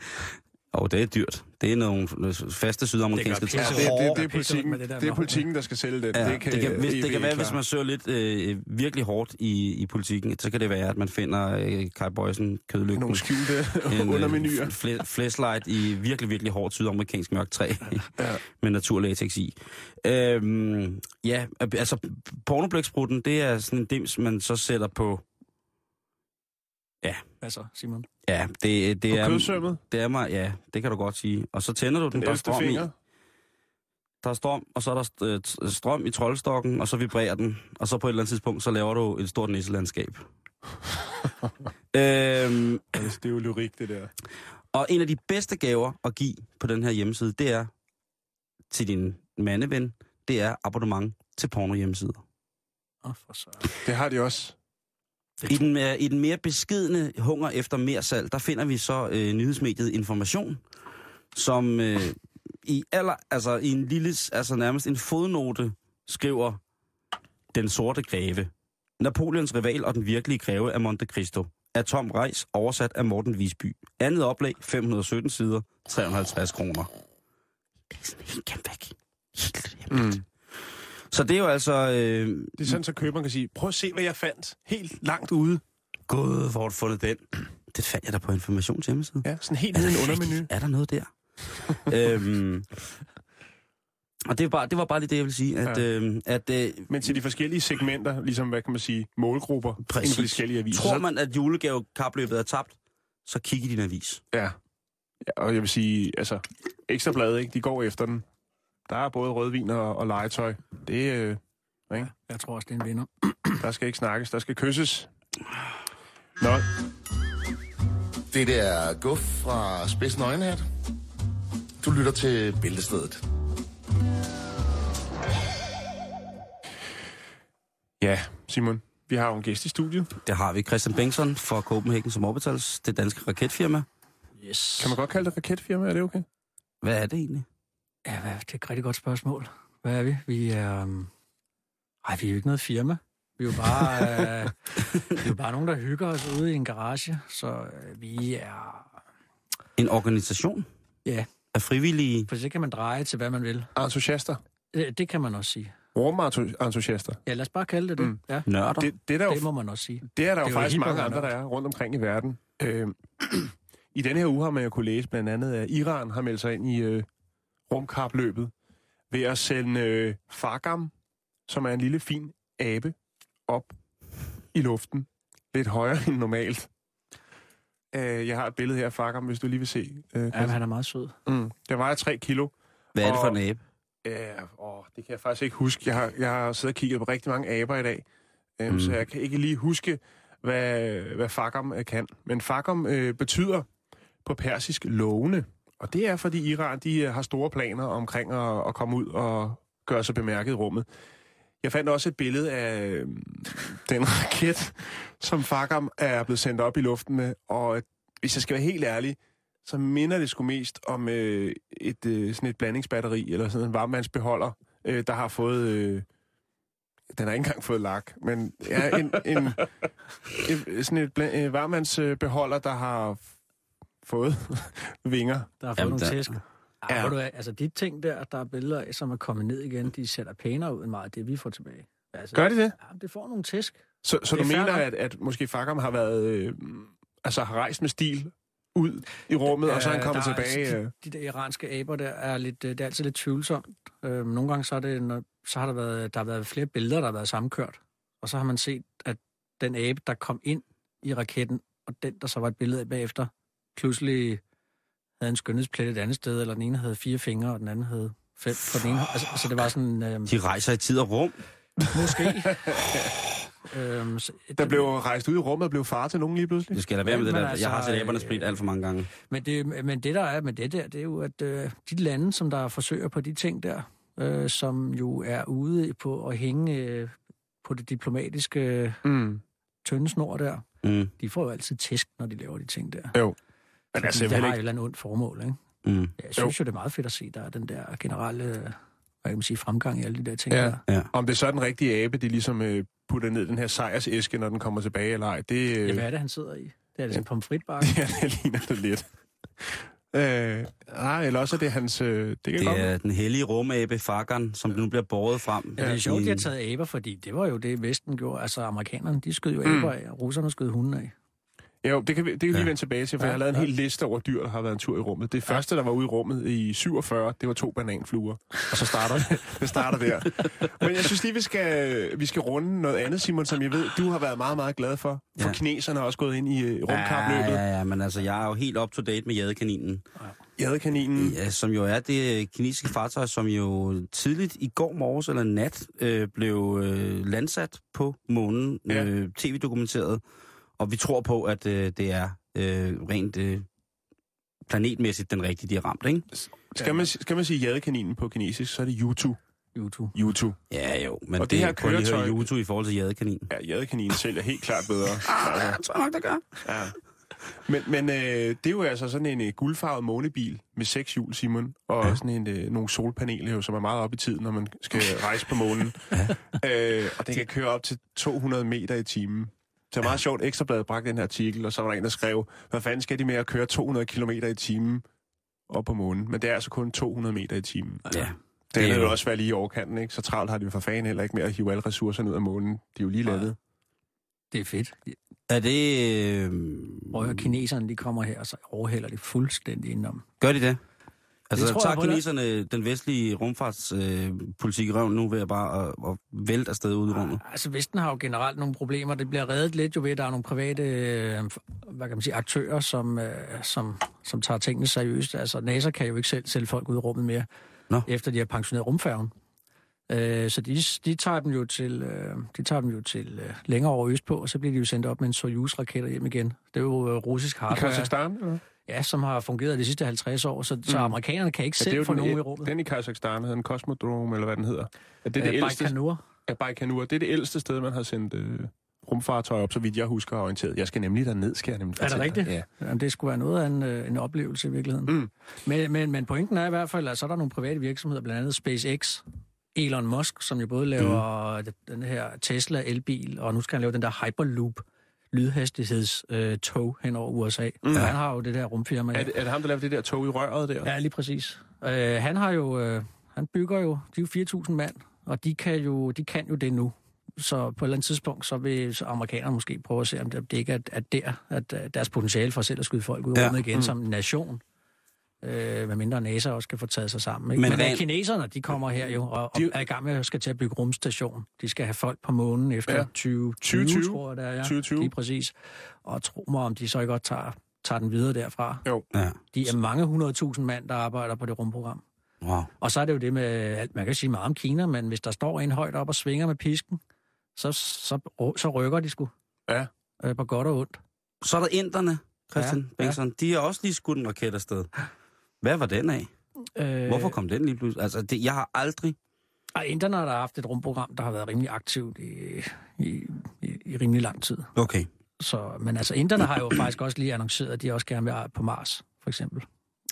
Speaker 5: Åh, oh, det er dyrt. Det er nogle øh, faste sydamerikanske
Speaker 6: Det gør
Speaker 4: Ja,
Speaker 5: træer.
Speaker 4: det, det, det, er
Speaker 6: Hårdt.
Speaker 4: politikken,
Speaker 6: Med det der
Speaker 4: det er
Speaker 6: med
Speaker 4: politikken, der skal sælge den.
Speaker 5: Ja, det kan, det kan, hvis,
Speaker 4: EV
Speaker 5: det kan være,
Speaker 4: klare.
Speaker 5: hvis man søger lidt øh, virkelig hårdt i, i politikken, så kan det være, at man finder øh, Kai Bøjsen, kødlygten,
Speaker 4: Nogle skjulte
Speaker 5: øh,
Speaker 4: undermenuer.
Speaker 5: fle- flashlight i virkelig, virkelig hårdt sydamerikansk mørkt træ ja. med naturlatex i. Øhm, ja, altså pornoblæksprutten, det er sådan en dims, man så sætter på...
Speaker 6: Hvad så, Simon?
Speaker 5: Ja, det, det
Speaker 4: På
Speaker 5: er...
Speaker 4: kødsømmet.
Speaker 5: Det er mig, ja, det kan du godt sige. Og så tænder du den,
Speaker 4: Den
Speaker 5: der er
Speaker 4: ældste
Speaker 5: strøm i.
Speaker 4: finger.
Speaker 5: Der er strøm, og så er der st- øh, t- strøm i troldstokken, og så vibrerer den. Og så på et eller andet tidspunkt, så laver du et stort nisselandskab. øhm,
Speaker 4: Altså, det er jo lyrik, det der.
Speaker 5: og en af de bedste gaver at give på den her hjemmeside, det er til din mandeven, det er abonnement til porno hjemmesider.
Speaker 6: Åh, for så.
Speaker 4: Det har de også.
Speaker 5: I den, mere- I den mere beskidende hunger efter mere salg, der finder vi så øh, nyhedsmediet Information, som øh, i, aller, altså, i en lille, altså nærmest en fodnote skriver Den Sorte Greve. Napoleons rival og den virkelige greve af Monte Cristo. Af Tom Reis, oversat af Morten Visby. Andet oplag, 517 sider, 350 kroner. Det er sådan helt gemt væk. Helt hemmeligt. Mm. Så det er jo altså... Øh,
Speaker 4: Det er sådan, så køberen kan sige, prøv at se, hvad jeg fandt. Helt langt ude.
Speaker 5: Gud, hvor har du fundet den? Det fandt jeg da på Informations hjemmeside.
Speaker 4: Ja, sådan helt nede i en undermenu.
Speaker 5: Er der noget der? øhm, og det var, bare, det var bare lige det, jeg ville sige. At, ja. øhm, at, øh,
Speaker 4: Men til de forskellige segmenter, ligesom, hvad kan man sige, målgrupper Præcis. inden for de forskellige aviser.
Speaker 5: tror
Speaker 4: så-
Speaker 5: man, at julegavekapløbet er tabt, så kig i din avis.
Speaker 4: Ja. ja. Og jeg vil sige, altså, ekstra blad, ikke? De går efter den. Der er både rødvin og, og legetøj. Det, øh, ikke?
Speaker 6: Jeg tror også, det er en vinder.
Speaker 4: Der skal ikke snakkes, der skal kysses. Nå,
Speaker 9: Det der guf fra Spidsen Øjenhat. Du lytter til Bæltestedet.
Speaker 4: ja, Simon, vi har jo en gæst i studiet.
Speaker 5: Det har vi Christian Bengtsson fra Copenhagen som Orbitals, det danske raketfirma.
Speaker 6: Yes.
Speaker 4: Kan man godt kalde det raketfirma, er det okay?
Speaker 5: Hvad er det egentlig?
Speaker 6: Ja, hvad, det er et rigtig godt spørgsmål. Hvad er vi? Vi er... Um... Ej, vi er jo ikke noget firma. Vi er jo bare, øh, vi er jo bare nogen, der hygger os ude i en garage. Så øh, vi er...
Speaker 5: En organisation
Speaker 6: Ja,
Speaker 5: af frivillige.
Speaker 6: for så kan man dreje til, hvad man vil.
Speaker 4: Entusiaster.
Speaker 6: Øh, Det kan man også sige.
Speaker 4: Warm entusiaster.
Speaker 6: Ja, lad os bare kalde det det.
Speaker 4: Mm.
Speaker 6: Mm. Ja,
Speaker 5: Nørder. Det...
Speaker 4: Det, det, er der
Speaker 6: det
Speaker 4: jo,
Speaker 6: må man også sige.
Speaker 4: det er der
Speaker 6: det
Speaker 4: jo
Speaker 6: er jo
Speaker 4: faktisk
Speaker 6: hiphop,
Speaker 4: mange andre,
Speaker 6: eller?
Speaker 4: der er rundt omkring i verden. Øh, I denne her uge har man jo kunne læse blandt andet, at Iran har meldt sig ind i øh, rumkapløbet ved at sende øh, Fargam, som er en lille fin abe, op i luften. Lidt højere end normalt. Øh, jeg har et billede her af Fargam, hvis du lige vil se. Øh,
Speaker 6: Ja,
Speaker 4: Christian.
Speaker 6: han er meget sød.
Speaker 4: mm. Det vejer 3 kilo.
Speaker 5: Hvad er det for en
Speaker 4: Og-
Speaker 5: abe?
Speaker 4: Ja, åh, det kan jeg faktisk ikke huske. Jeg har, jeg har siddet og kigget på rigtig mange aber i dag, øhm, mm. så jeg kan ikke lige huske, hvad, hvad fakum øh, kan. Men fakum øh, betyder på persisk lovende, og det er, fordi Iran de øh, har store planer omkring at, at komme ud og gøre sig bemærket i rummet. Jeg fandt også et billede af øh, den raket, som Fargam er blevet sendt op i luften med, og øh, hvis jeg skal være helt ærlig, så minder det sgu mest om øh, et, øh, sådan et blandingsbatteri, eller sådan en varmvandsbeholder, øh, der har fået... Øh, den har ikke engang fået lak, men ja, en, en, en, sådan et blan- øh, varmvandsbeholder, der har f- fået vinger.
Speaker 6: Der har fået
Speaker 5: Jamen,
Speaker 6: nogle
Speaker 5: der-
Speaker 6: tæsk. Ja. Ved du hvad, altså de ting der, der er billeder af, som er kommet ned igen, de ser da pænere ud end meget af det, vi får tilbage. Altså,
Speaker 4: Gør de det?
Speaker 6: Ja, det får nogle tæsk.
Speaker 4: Så, så
Speaker 6: Det
Speaker 4: du
Speaker 6: er fair
Speaker 4: mener,
Speaker 6: nok.
Speaker 4: at, at måske Fakam har været... Øh, altså har rejst med stil ud i rummet, og så er han
Speaker 6: Øh,
Speaker 4: kommet
Speaker 6: der
Speaker 4: tilbage...
Speaker 6: Altså,
Speaker 4: Øh,
Speaker 6: de, de der iranske aber der er lidt, øh, det er altid lidt tvivlsomt. Øh, nogle gange så, er det, når, så har der været, der har været flere billeder, der har været sammenkørt. Og så har man set, at den abe, der kom ind i raketten, og den, der så var et billede af bagefter, pludselig havde en skønhedsplet et andet sted, eller den ene havde fire fingre, og den anden havde fem på den ene. Altså, altså det var sådan... Øh,
Speaker 5: De rejser i tid og rum.
Speaker 6: måske. øh, så,
Speaker 4: der blev rejst ud i rummet og blev far til nogen lige pludselig.
Speaker 5: Det skal jeg lade være med det
Speaker 6: Men
Speaker 5: der. Jeg har
Speaker 6: altså,
Speaker 5: set abernes
Speaker 6: øh,
Speaker 5: split alt for mange gange.
Speaker 6: Men det, men det, der er med det der, det er jo, at øh, de lande, som der forsøger på de ting der, øh, som jo er ude på at hænge øh, på det diplomatiske
Speaker 4: Mm.
Speaker 6: tynde snor der,
Speaker 5: Mm.
Speaker 6: De får jo altid tæsk, når de laver de ting der.
Speaker 4: Jo. Men
Speaker 6: Fordi
Speaker 4: altså, jeg
Speaker 6: det
Speaker 4: vil
Speaker 6: har et
Speaker 4: ikke...
Speaker 6: eller andet ondt formål, ikke?
Speaker 5: Mm.
Speaker 6: Jeg synes jo, det er meget fedt at se, der er den der generelle øh, hvad kan man sige, fremgang i alle de der ting.
Speaker 4: Ja. Øh.
Speaker 6: Der.
Speaker 4: Om det er så den rigtige abe, de ligesom øh, putter ned i den her sejrsæske, når den kommer tilbage eller ej, det, øh,
Speaker 6: Ja,
Speaker 4: ja,
Speaker 6: hvad er det, han sidder i? Det er det sådan en pomfritbakke.
Speaker 4: det ligner det lidt. Øh, nej, eller også er det hans... Øh, det kan
Speaker 5: Det
Speaker 4: godt
Speaker 5: er den hellige rumabe, Fagan, som nu bliver båret frem.
Speaker 6: Ja, det er sjovt,
Speaker 5: i-
Speaker 6: de har taget aber, fordi det var jo det, Vesten gjorde. Altså, amerikanerne, de skød jo
Speaker 4: Mm.
Speaker 6: aber af, og russerne skød hunden af.
Speaker 4: Jo, det kan vi, det kan vi lige vende tilbage til, for
Speaker 6: Ja,
Speaker 4: jeg har lavet en
Speaker 6: ja.
Speaker 4: hel liste over dyr, der har været en tur i rummet. Det første, der var ude i rummet i 47, det var to bananfluer. Og så starter det starter der. Men jeg synes lige, vi skal, vi skal runde noget andet, Simon, som jeg ved, du har været meget, meget glad for. For
Speaker 5: Ja.
Speaker 4: kineserne har også gået ind i øh, rumkapløbet.
Speaker 5: Ja, ja, ja, men altså, jeg er jo helt up to date med jadekaninen,
Speaker 4: Jadekaninen.
Speaker 5: ja, som jo er det kinesiske fartøj, som jo tidligt i går morges eller nat øh, blev øh, landsat på månen,
Speaker 4: Ja.
Speaker 5: øh, tv-dokumenteret, og vi tror på, at øh, det er øh, rent øh, planetmæssigt den rigtige, de har ramt, ikke?
Speaker 4: Skal man, skal man sige jadekaninen på kinesisk, så er det Yutu.
Speaker 6: YouTube.
Speaker 4: Yutu.
Speaker 5: Ja, jo, men
Speaker 4: Og det her
Speaker 5: prøv lige at høre
Speaker 4: køretøj-
Speaker 5: YouTube i forhold til jadekaninen.
Speaker 4: Ja, jadekaninen sælger helt klart bedre. Altså.
Speaker 5: Jeg tror nok, der gør.
Speaker 4: Ja. Men, men øh, det er jo altså sådan en øh, guldfarvet månebil med seks hjul, Simon, og ja. sådan en, øh, nogle solpaneler, jo, som er meget op i tiden, når man skal rejse på månen. Ja. Øh, og den kan køre op til 200 meter i timen. Det er meget sjovt, Ekstrabladet bragte den her artikel, og så var der en, der skrev, hvad fanden skal de med at køre 200 km i timen op på månen? Men det er altså kun 200 meter i timen.
Speaker 5: Ja.
Speaker 4: Det
Speaker 5: Det er
Speaker 4: vil
Speaker 5: jo-
Speaker 4: jo også være lige i overkanten, ikke? Så travlt har de jo for fanden heller ikke med at hive alle ressourcerne ud af månen. De er jo lige lavet.
Speaker 6: Det er fedt.
Speaker 5: Er det... Øh,
Speaker 6: Prøv at høre, kineserne, de kommer her, og så overhælder de fuldstændig indenom.
Speaker 5: Gør de det? Altså,
Speaker 6: Det tror
Speaker 5: det tager
Speaker 6: jeg på, det er.
Speaker 5: kineserne den vestlige rumfartspolitik øh, politik i røven nu ved at bare at, at vælte afsted ud i rummet?
Speaker 6: Altså, Vesten har jo generelt nogle problemer. Det bliver reddet lidt jo ved, at der er nogle private øh, hvad kan man sige, aktører, som, øh, som, som tager tingene seriøst. Altså, NASA kan jo ikke selv sælge folk ud i rummet mere,
Speaker 5: Nå.
Speaker 6: efter de har pensioneret rumfærgen. Øh, så de, de, tager dem jo til, øh, de tager dem jo til øh, længere over øst på, og så bliver de jo sendt op med en Soyuz-raket hjem igen. Det er jo øh, russisk
Speaker 4: I
Speaker 6: hardware,
Speaker 4: Kazakhstan? eller?
Speaker 6: ja, som har fungeret de sidste 50 år, så, så amerikanerne kan ikke
Speaker 4: Mm. Ja,
Speaker 6: selv få
Speaker 4: den,
Speaker 6: nogen
Speaker 4: æ-
Speaker 6: i rummet.
Speaker 4: Den i Kazakhstan hedder en kosmodrome, eller hvad den hedder. Ja, det er
Speaker 6: Øh,
Speaker 4: det, øh, ældste,
Speaker 6: Baikonur.
Speaker 4: ja, Baikonur. det er det ældste sted, man har sendt øh, rumfartøjer op, så vidt jeg husker og orienteret. Jeg skal nemlig derned, skal jeg nemlig
Speaker 6: Er det
Speaker 4: fortælle dig.
Speaker 6: rigtigt?
Speaker 4: Ja.
Speaker 6: Jamen, det skulle være noget af en, øh, en oplevelse i virkeligheden.
Speaker 4: Mm.
Speaker 6: Men, men, men pointen er i hvert fald, at så er der nogle private virksomheder, blandt andet SpaceX, Elon Musk, som jo både laver mm. den her Tesla elbil, og nu skal han lave den der Hyperloop lydhastighedstog øh, tog hen over USA. Mm. Han har jo det der rumfirma her.
Speaker 4: Er, det, er det ham, der laver det der tog i røret der?
Speaker 6: Ja, lige præcis. Øh, han har jo, øh, han bygger jo, de er jo 4.000 mand, og de kan jo, de kan jo det nu. Så på et eller andet tidspunkt, så vil så amerikanerne måske prøve at se, om det det ikke er, er der, at øh, deres potentiale for selv at skyde folk ud
Speaker 5: Ja.
Speaker 6: ja. igen mm. som en nation. Øh, hvad mindre NASA også kan få taget sig sammen. Ikke?
Speaker 5: Men
Speaker 6: Men, Men
Speaker 5: rent-
Speaker 6: rent... kineserne, de kommer her jo, og, og
Speaker 4: De-
Speaker 6: er i gang med at skal til at bygge rumstation. De skal have folk på månen efter
Speaker 4: Ja.
Speaker 6: ja. 2020,
Speaker 4: 2020,
Speaker 6: 2020, tror jeg, der er.
Speaker 4: 2020.
Speaker 6: Lige præcis. Og tro mig, om de så ikke godt tager, tager den videre derfra.
Speaker 5: Ja.
Speaker 6: De er mange hundredtusind mand, der arbejder på det rumprogram.
Speaker 5: Wow.
Speaker 6: Og så er det jo det med alt. Man kan sige meget om Kina, men hvis der står en højt op og svinger med pisken, så, så, så rykker de sgu.
Speaker 4: Ja.
Speaker 6: Øh, på godt og ondt.
Speaker 5: Så er der inderne, Christian ja,
Speaker 6: Ja,
Speaker 5: Bengtsson. De har også lige skudt en raket afsted. Hvad var den af?
Speaker 6: Øh,
Speaker 5: Hvorfor kom den lige pludselig? Altså, det, jeg har aldrig...
Speaker 6: Og inderne har der haft et rumprogram, der har været rimelig aktivt i, i, i, i rimelig lang tid.
Speaker 5: Okay.
Speaker 6: Så, men altså, inderne har jo faktisk også lige annonceret, at de også gerne vil på Mars, for eksempel.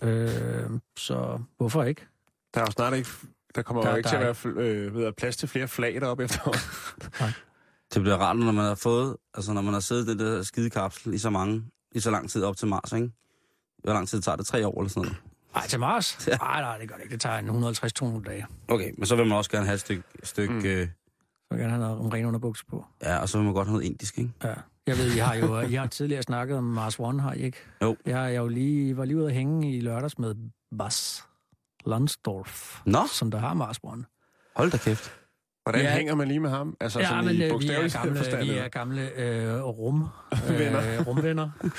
Speaker 6: Øh, så hvorfor ikke?
Speaker 4: Der er jo snart ikke... Der kommer der,
Speaker 6: Der-
Speaker 4: jo ikke
Speaker 6: der
Speaker 4: til at være øh, ved at plads til flere flag deroppe efter.
Speaker 5: Det bliver rart, når man har fået... Altså, når man har siddet i den der skide kapsel i så mange... I så lang tid op til Mars, ikke? Hvor lang tid tager det? Tre år eller sådan noget?
Speaker 6: Ej, til Mars? Nej, nej, det gør det ikke. Det tager en 150-200 dage.
Speaker 5: Okay, men så vil man også gerne have et stykke... stykke mm. øh,
Speaker 6: Så vil jeg gerne have noget om rene underbukser på.
Speaker 5: ja, og så vil man godt have noget indisk, ikke?
Speaker 6: Ja. Jeg ved, I har jo I har tidligere snakket om Mars One, har I ikke?
Speaker 5: Jo.
Speaker 6: Jeg, jeg er jo lige, var lige ude at hænge i lørdags med Bas Landsdorf,
Speaker 5: Nå.
Speaker 6: som der har Mars One.
Speaker 5: Hold da kæft.
Speaker 4: Hvordan
Speaker 6: Ja.
Speaker 4: ja. hænger man lige med ham? Altså ja, sådan i
Speaker 6: øh, vi er
Speaker 4: bogstavelig
Speaker 6: gamle,
Speaker 4: forstand.
Speaker 6: vi
Speaker 4: eller?
Speaker 6: er gamle øh, rum,
Speaker 4: Venner.
Speaker 6: øh, rumvenner. øh,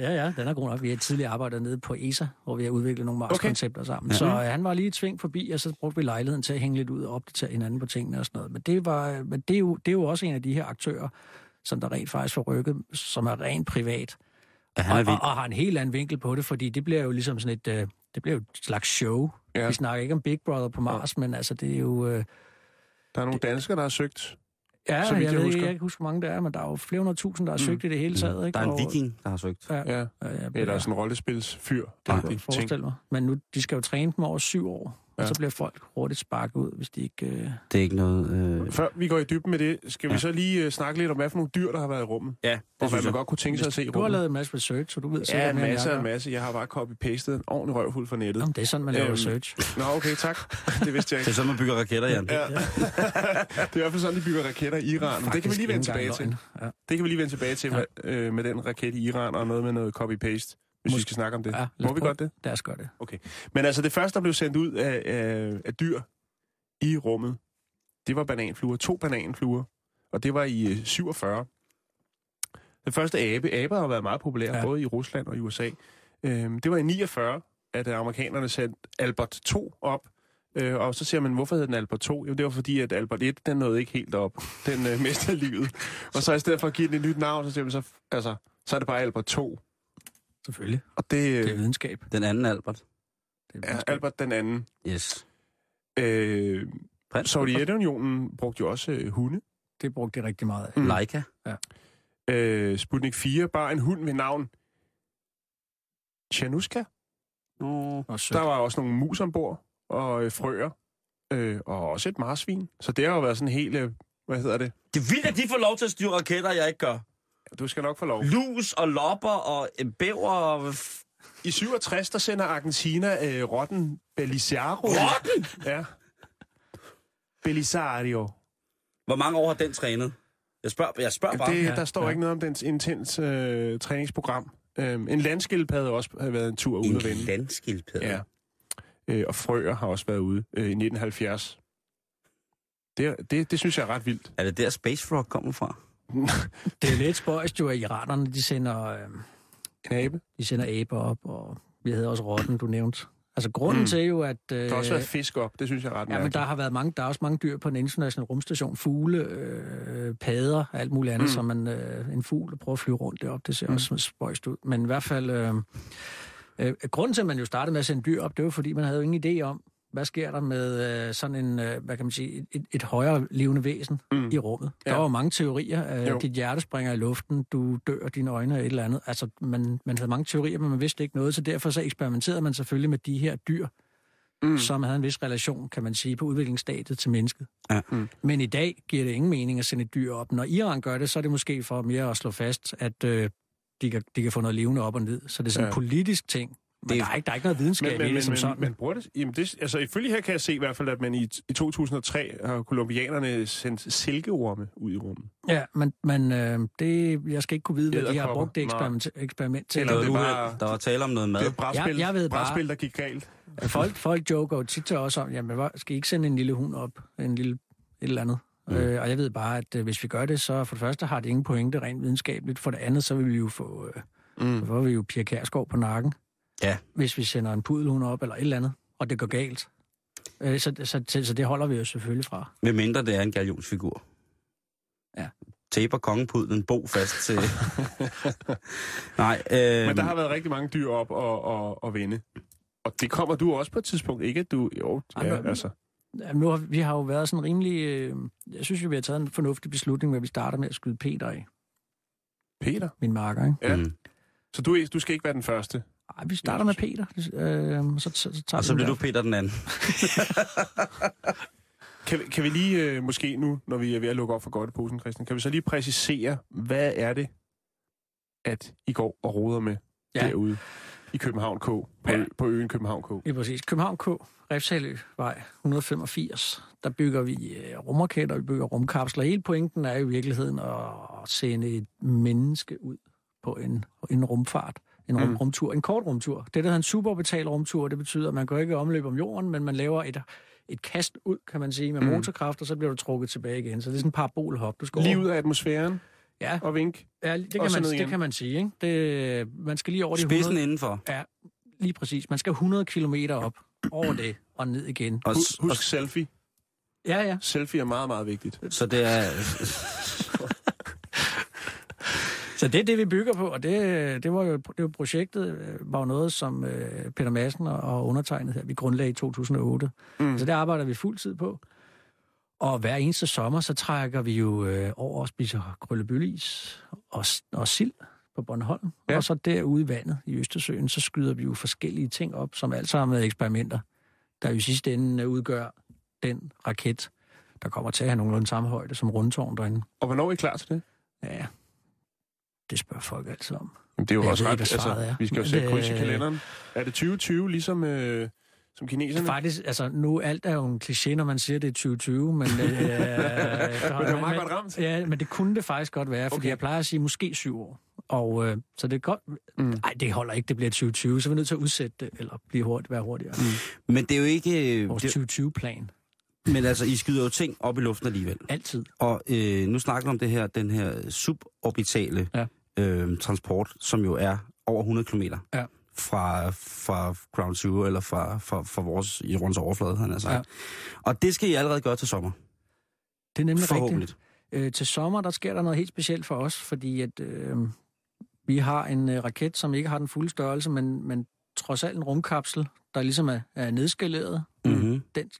Speaker 6: ja, ja, den er god nok. Vi har tidligere arbejdet nede på ESA, hvor vi har udviklet nogle Mars-koncepter sammen. Ja. Så øh, han var lige et sving forbi, og så brugte vi lejligheden til at hænge lidt ud og opdatere hinanden på tingene og sådan noget. Men det, var, øh, men det, er, jo, det er jo også en af de her aktører, som der rent faktisk får rykket, som er rent privat.
Speaker 5: Ja, han er
Speaker 6: Og, og,
Speaker 5: vild.
Speaker 6: og har en helt anden vinkel på det, fordi det bliver jo ligesom sådan et, øh, det bliver jo et slags show.
Speaker 4: Ja.
Speaker 6: Ja. Vi snakker ikke om Big Brother på Mars, ja. men altså det er jo... Øh,
Speaker 4: Der er nogle danskere, der har søgt
Speaker 6: Ja,
Speaker 4: så vidt
Speaker 6: jeg,
Speaker 4: jeg
Speaker 6: ved, ikke-
Speaker 4: husker.
Speaker 6: jeg kan ikke huske, hvor mange der er, men der er jo flere hundrede tusind, der har søgt mm. i det hele taget. Ikke?
Speaker 5: Der er en
Speaker 6: Og-
Speaker 5: viking, der har søgt.
Speaker 6: Ja.
Speaker 4: Ja.
Speaker 6: Ja, ja,
Speaker 4: Eller sådan en rollespilsfyr.
Speaker 6: Det kan jeg godt forestille mig. Men nu, de skal jo træne dem over syv år, ja.
Speaker 4: Ja.
Speaker 6: og så bliver folk hurtigt sparket ud, hvis de ikke... Øh...
Speaker 5: Det er ikke noget... Øh...
Speaker 4: Før vi går i dybden med det, skal ja. vi så lige uh, snakke lidt om, hvad for nogle dyr, der har været i rummet?
Speaker 5: Ja,
Speaker 4: Og
Speaker 5: det
Speaker 4: hvad
Speaker 5: synes
Speaker 4: man
Speaker 5: jeg.
Speaker 4: godt kunne tænke sig at se i
Speaker 6: Du har
Speaker 4: rummet.
Speaker 6: lavet en masse research, så du ved
Speaker 4: Ja, en
Speaker 6: mere, end
Speaker 4: masse
Speaker 6: jeg
Speaker 4: og en
Speaker 6: gør.
Speaker 4: masse. Jeg har bare copy-pastet en ordentlig røvhul fra nettet.
Speaker 6: Jamen, det er sådan, man laver
Speaker 4: Øhm,
Speaker 6: research.
Speaker 4: Nå, okay, tak. Det vidste jeg
Speaker 5: Det er
Speaker 4: ikke.
Speaker 5: sådan, man bygger raketter, Jan. Ja.
Speaker 4: Det er i hvert fald sådan, de bygger raketter i Iran. Men det kan vi
Speaker 6: Faktisk
Speaker 4: lige vende
Speaker 6: ikke
Speaker 4: tilbage
Speaker 6: engang
Speaker 4: til.
Speaker 6: løgn. Ja.
Speaker 4: Det kan vi lige vende tilbage til hvad, øh, med den raket i Iran og noget med noget copy-paste, hvis vi skal snakke om det.
Speaker 6: Ja,
Speaker 4: Må
Speaker 6: lad os
Speaker 4: vi
Speaker 6: prøve.
Speaker 4: godt det?
Speaker 6: Lad os gøre det.
Speaker 4: Men altså, det første, der blev sendt ud af, af, af dyr i rummet, det var bananfluer. To bananfluer. Og det var i øh, 47. Den første abe. Aber har været meget populære,
Speaker 6: Ja.
Speaker 4: ja. både i Rusland og i USA. Øhm, det var i 49, at øh, amerikanerne sendte Albert 2 op. Øh, og så ser man, hvorfor hed den Albert 2? Jo, det var fordi, at Albert 1, den nåede ikke helt op. Den øh, mistede livet. Og så i stedet for at give den et nyt navn, så siger man så, altså, så er det bare Albert 2.
Speaker 6: Selvfølgelig.
Speaker 4: Og det,
Speaker 6: Det er
Speaker 4: øh,
Speaker 6: videnskab.
Speaker 5: Den anden Albert.
Speaker 6: Det er
Speaker 4: er
Speaker 6: videnskab.
Speaker 4: Albert den anden.
Speaker 5: Yes.
Speaker 4: Øh,
Speaker 5: Prins
Speaker 4: Sovjetunionen brugte jo også øh, hunde.
Speaker 6: Det brugte de rigtig meget af.
Speaker 4: Mm.
Speaker 5: Leica.
Speaker 4: Øh, Sputnik 4 bar en hund ved navn Chanuska.
Speaker 5: Nå.
Speaker 6: Og
Speaker 4: Der
Speaker 6: sødt.
Speaker 4: var også nogle mus ombord og øh, frøer. Øh, og også et marsvin. Så det har jo været sådan helt... Øh, hvad hedder det?
Speaker 5: Det er vildt, at de får lov til at styre raketter, jeg ikke gør.
Speaker 4: Du skal nok få lov.
Speaker 5: Lus og lopper og øh, bæver og...
Speaker 4: I 67, der sender Argentina øh, rotten Belisario.
Speaker 5: Rotten?
Speaker 4: Ja. Belisario.
Speaker 5: Hvor mange år har den trænet? Jeg spørger, jeg spørger bare.
Speaker 4: Det,
Speaker 6: Ja,
Speaker 4: der står
Speaker 6: ja.
Speaker 4: ikke noget om dens intens øh, træningsprogram. Øhm, en landskildpadde har også været en tur ude at
Speaker 5: en
Speaker 4: vende.
Speaker 5: landskildpadde.
Speaker 4: Ja. Øh, og frøer har også været ude øh, i 1970. Det, er- det, det synes jeg er ret vildt.
Speaker 5: Er det der Space Frog kommer fra?
Speaker 6: Det er lidt spøjst jo, at iranerne, de sender, øh,
Speaker 4: En abe.
Speaker 6: de sender aber op, og vi havde også rotten, du nævnte. Altså grunden mm. til jo, at... Øh,
Speaker 4: Der har også været fisk op. Det synes jeg er ret
Speaker 6: Ja, men
Speaker 4: mærkeligt.
Speaker 6: der har været mange, der er også mange dyr på den internationale rumstation. Fugle, øh, padder og alt muligt andet, mm. så man, øh, en fugl der prøver at flyve rundt deroppe, det ser mm. også spøjst ud. Men i hvert fald, øh, øh, grunden til, at man jo startede med at sende dyr op, det var fordi, man havde jo ingen idé om, hvad sker der med øh, sådan en, øh, hvad kan man sige, et- et, et højere levende væsen mm. i rummet? Der
Speaker 4: Ja.
Speaker 6: var jo mange teorier.
Speaker 4: Jo.
Speaker 6: Øh, dit hjerte springer i luften, du dør, dine øjne er et eller andet. Altså, man, man havde mange teorier, men man vidste ikke noget, så derfor så eksperimenterede man selvfølgelig med de her dyr, mm. som havde en vis relation, kan man sige, på udviklingsstadiet til mennesket.
Speaker 5: Ja.
Speaker 6: Mm. Men i dag giver det ingen mening at sende et dyr op. Når Iran gør det, så er det måske for mere at slå fast, at øh, de, kan, de kan få noget levende op og ned. Så det er sådan en
Speaker 4: Ja.
Speaker 6: politisk ting. Men det... der, er ikke, der er ikke noget videnskab
Speaker 4: Men, men,
Speaker 6: i det
Speaker 4: men,
Speaker 6: som
Speaker 4: men,
Speaker 6: sådan.
Speaker 4: men bruger det? Jamen det, altså, ifølge her kan jeg se i hvert fald, at man i, i 2003 har kolumbianerne sendt silkeorme ud i rummet.
Speaker 6: Ja, men, men øh, det, jeg skal ikke kunne vide, hvad de har
Speaker 4: Edderkopper.
Speaker 6: brugt det eksperiment, eksperiment til.
Speaker 4: Eller
Speaker 5: Eller
Speaker 4: det
Speaker 5: det
Speaker 4: er
Speaker 5: bare...
Speaker 4: bare-
Speaker 5: Der var tale om noget mad.
Speaker 4: Det er et brætspil,
Speaker 6: Jeg- jeg ved bare-
Speaker 4: brætspil der gik galt.
Speaker 6: Folk, folk joker jo tit til os om, jamen, hvor- skal I ikke sende en lille hund op? En lille et eller andet. Mm. Øh, og jeg ved bare, at øh, hvis vi gør det, så for det første har det ingen pointe rent videnskabeligt. For det andet, så vil vi jo få... Øh, mm. Så vil vi jo Pia Kærsgaard på nakken.
Speaker 5: Ja.
Speaker 6: Hvis vi sender en pudelhund op eller et eller andet, og det går galt. Øh, så, så, så, så det holder vi jo selvfølgelig fra.
Speaker 5: Med mindre det er en galionsfigur.
Speaker 6: Ja.
Speaker 5: Taper kongepudlen bo fast til... Nej, øh,
Speaker 4: Men der har været rigtig mange dyr op og, og, og vende. Og det kommer du også på et tidspunkt, ikke? at Du, jo, ja,
Speaker 6: Jamen,
Speaker 4: altså.
Speaker 6: Jamen, nu har, vi har jo været sådan rimelig... Øh, jeg synes jo, vi har taget en fornuftig beslutning, med at vi starter med at skyde Peter af.
Speaker 4: Peter.
Speaker 6: Min marker, ikke?
Speaker 4: Ja.
Speaker 5: Mm.
Speaker 4: Så du, er- du skal ikke være den første.
Speaker 6: Ej, vi starter med Peter. Øh, så, så, så tager
Speaker 5: Og
Speaker 6: vi
Speaker 5: så
Speaker 6: den
Speaker 5: bliver
Speaker 6: der.
Speaker 5: du Peter den anden.
Speaker 4: Kan, vi- kan vi lige, øh, måske nu, når vi er ved at lukke op for godt posen, Christian, kan vi så lige præcisere, hvad er det, at I går og roder med ja.
Speaker 6: Ja.
Speaker 4: derude i København K, på, ja.
Speaker 6: Ja.
Speaker 4: på øen København K?
Speaker 6: Lige præcis. København K, Refsaløvej 185. Der bygger vi øh, rumraketter, vi bygger rumkapsler. Hele pointen er i virkeligheden at sende et menneske ud på en, en rumfart. En
Speaker 4: Mm.
Speaker 6: rum, rumtur. En kort rumtur. Det, der hedder en suborbital rumtur, det betyder, at man går ikke omløb om jorden, men man laver et, et kast ud, kan man sige, med
Speaker 4: Mm.
Speaker 6: motorkraft, og så bliver du trukket tilbage igen. Så det er sådan en parabolhop. Du skal over-
Speaker 4: Lige ud af atmosfæren
Speaker 6: Ja,
Speaker 4: og vink.
Speaker 6: ja det, kan
Speaker 4: og så
Speaker 6: man,
Speaker 4: ned igen.
Speaker 6: det kan man sige. Ikke? Det, man skal lige over de 100
Speaker 5: Spidsen indenfor.
Speaker 6: Ja, lige præcis. Man skal 100 km op over det og ned igen.
Speaker 5: Og,
Speaker 4: Husk,
Speaker 5: s- og,
Speaker 4: husk selfie.
Speaker 6: Ja, ja.
Speaker 4: Selfie er meget, meget vigtigt.
Speaker 5: så det er...
Speaker 6: Så det er det, vi bygger på, og det, det var jo det var projektet, øh, var jo noget, som øh, Peter Madsen og, og undertegnet her, vi grundlagde i 2008. Mm. Så det arbejder vi fuldtid på. Og hver eneste sommer, så trækker vi jo øh, over og spiser krøllebøllis og, s- og sild på Bornholm.
Speaker 4: Ja.
Speaker 6: Ja. Og så derude i vandet i Østersøen, så skyder vi jo forskellige ting op, som alt sammen er eksperimenter, der jo i sidste ende øh, udgør den raket, der kommer til at have nogenlunde samme højde som rundtårn derinde.
Speaker 4: Og hvornår er I klar til det?
Speaker 6: Ja, det spørger folk altid om.
Speaker 4: Jamen, det er jo
Speaker 6: Jeg
Speaker 4: også
Speaker 6: ved
Speaker 4: ret. altså,
Speaker 6: ikke, hvad svaret er.
Speaker 4: vi skal jo
Speaker 6: Men
Speaker 4: sætte
Speaker 6: det- øh,
Speaker 4: kryds i kalenderen. Er det 2020, ligesom øh, som kineserne?
Speaker 6: Faktisk, altså nu alt er jo en kliché, når man siger, det er 2020, men... Øh, men det
Speaker 4: var meget godt ramt.
Speaker 6: Ja, men det kunne det faktisk godt være, fordi
Speaker 4: Okay.
Speaker 6: okay. jeg plejer at sige måske syv år. Og øh, så det er godt... Mm. Ej, det holder ikke, det bliver 2020, så er vi nødt til at udsætte det, eller blive hurtigt, være hurtigere. Mm.
Speaker 5: Men det er jo ikke... øh,
Speaker 6: Vores
Speaker 5: Det,
Speaker 6: 2020-plan.
Speaker 5: men altså, I skyder jo ting op i luften alligevel.
Speaker 6: Altid.
Speaker 5: Og øh, nu snakker vi om det her, den her suborbitale ja.
Speaker 6: Ja.
Speaker 5: øh, transport, som jo er over 100 km
Speaker 6: Ja.
Speaker 5: fra, fra Ground Zero, eller fra, fra, fra vores i rundt overflade, han har sagt. Ja.
Speaker 6: Ja.
Speaker 5: Og det skal I allerede gøre til sommer,
Speaker 6: Det er nemlig
Speaker 5: forhåbentlig.
Speaker 6: rigtigt. Øh, til sommer, der sker der noget helt specielt for os, fordi at, øh, vi har en øh, raket, som ikke har den fulde størrelse, men, men trods alt en rumkapsel, der ligesom er, er nedskaleret.
Speaker 5: Mm-hmm.
Speaker 6: Den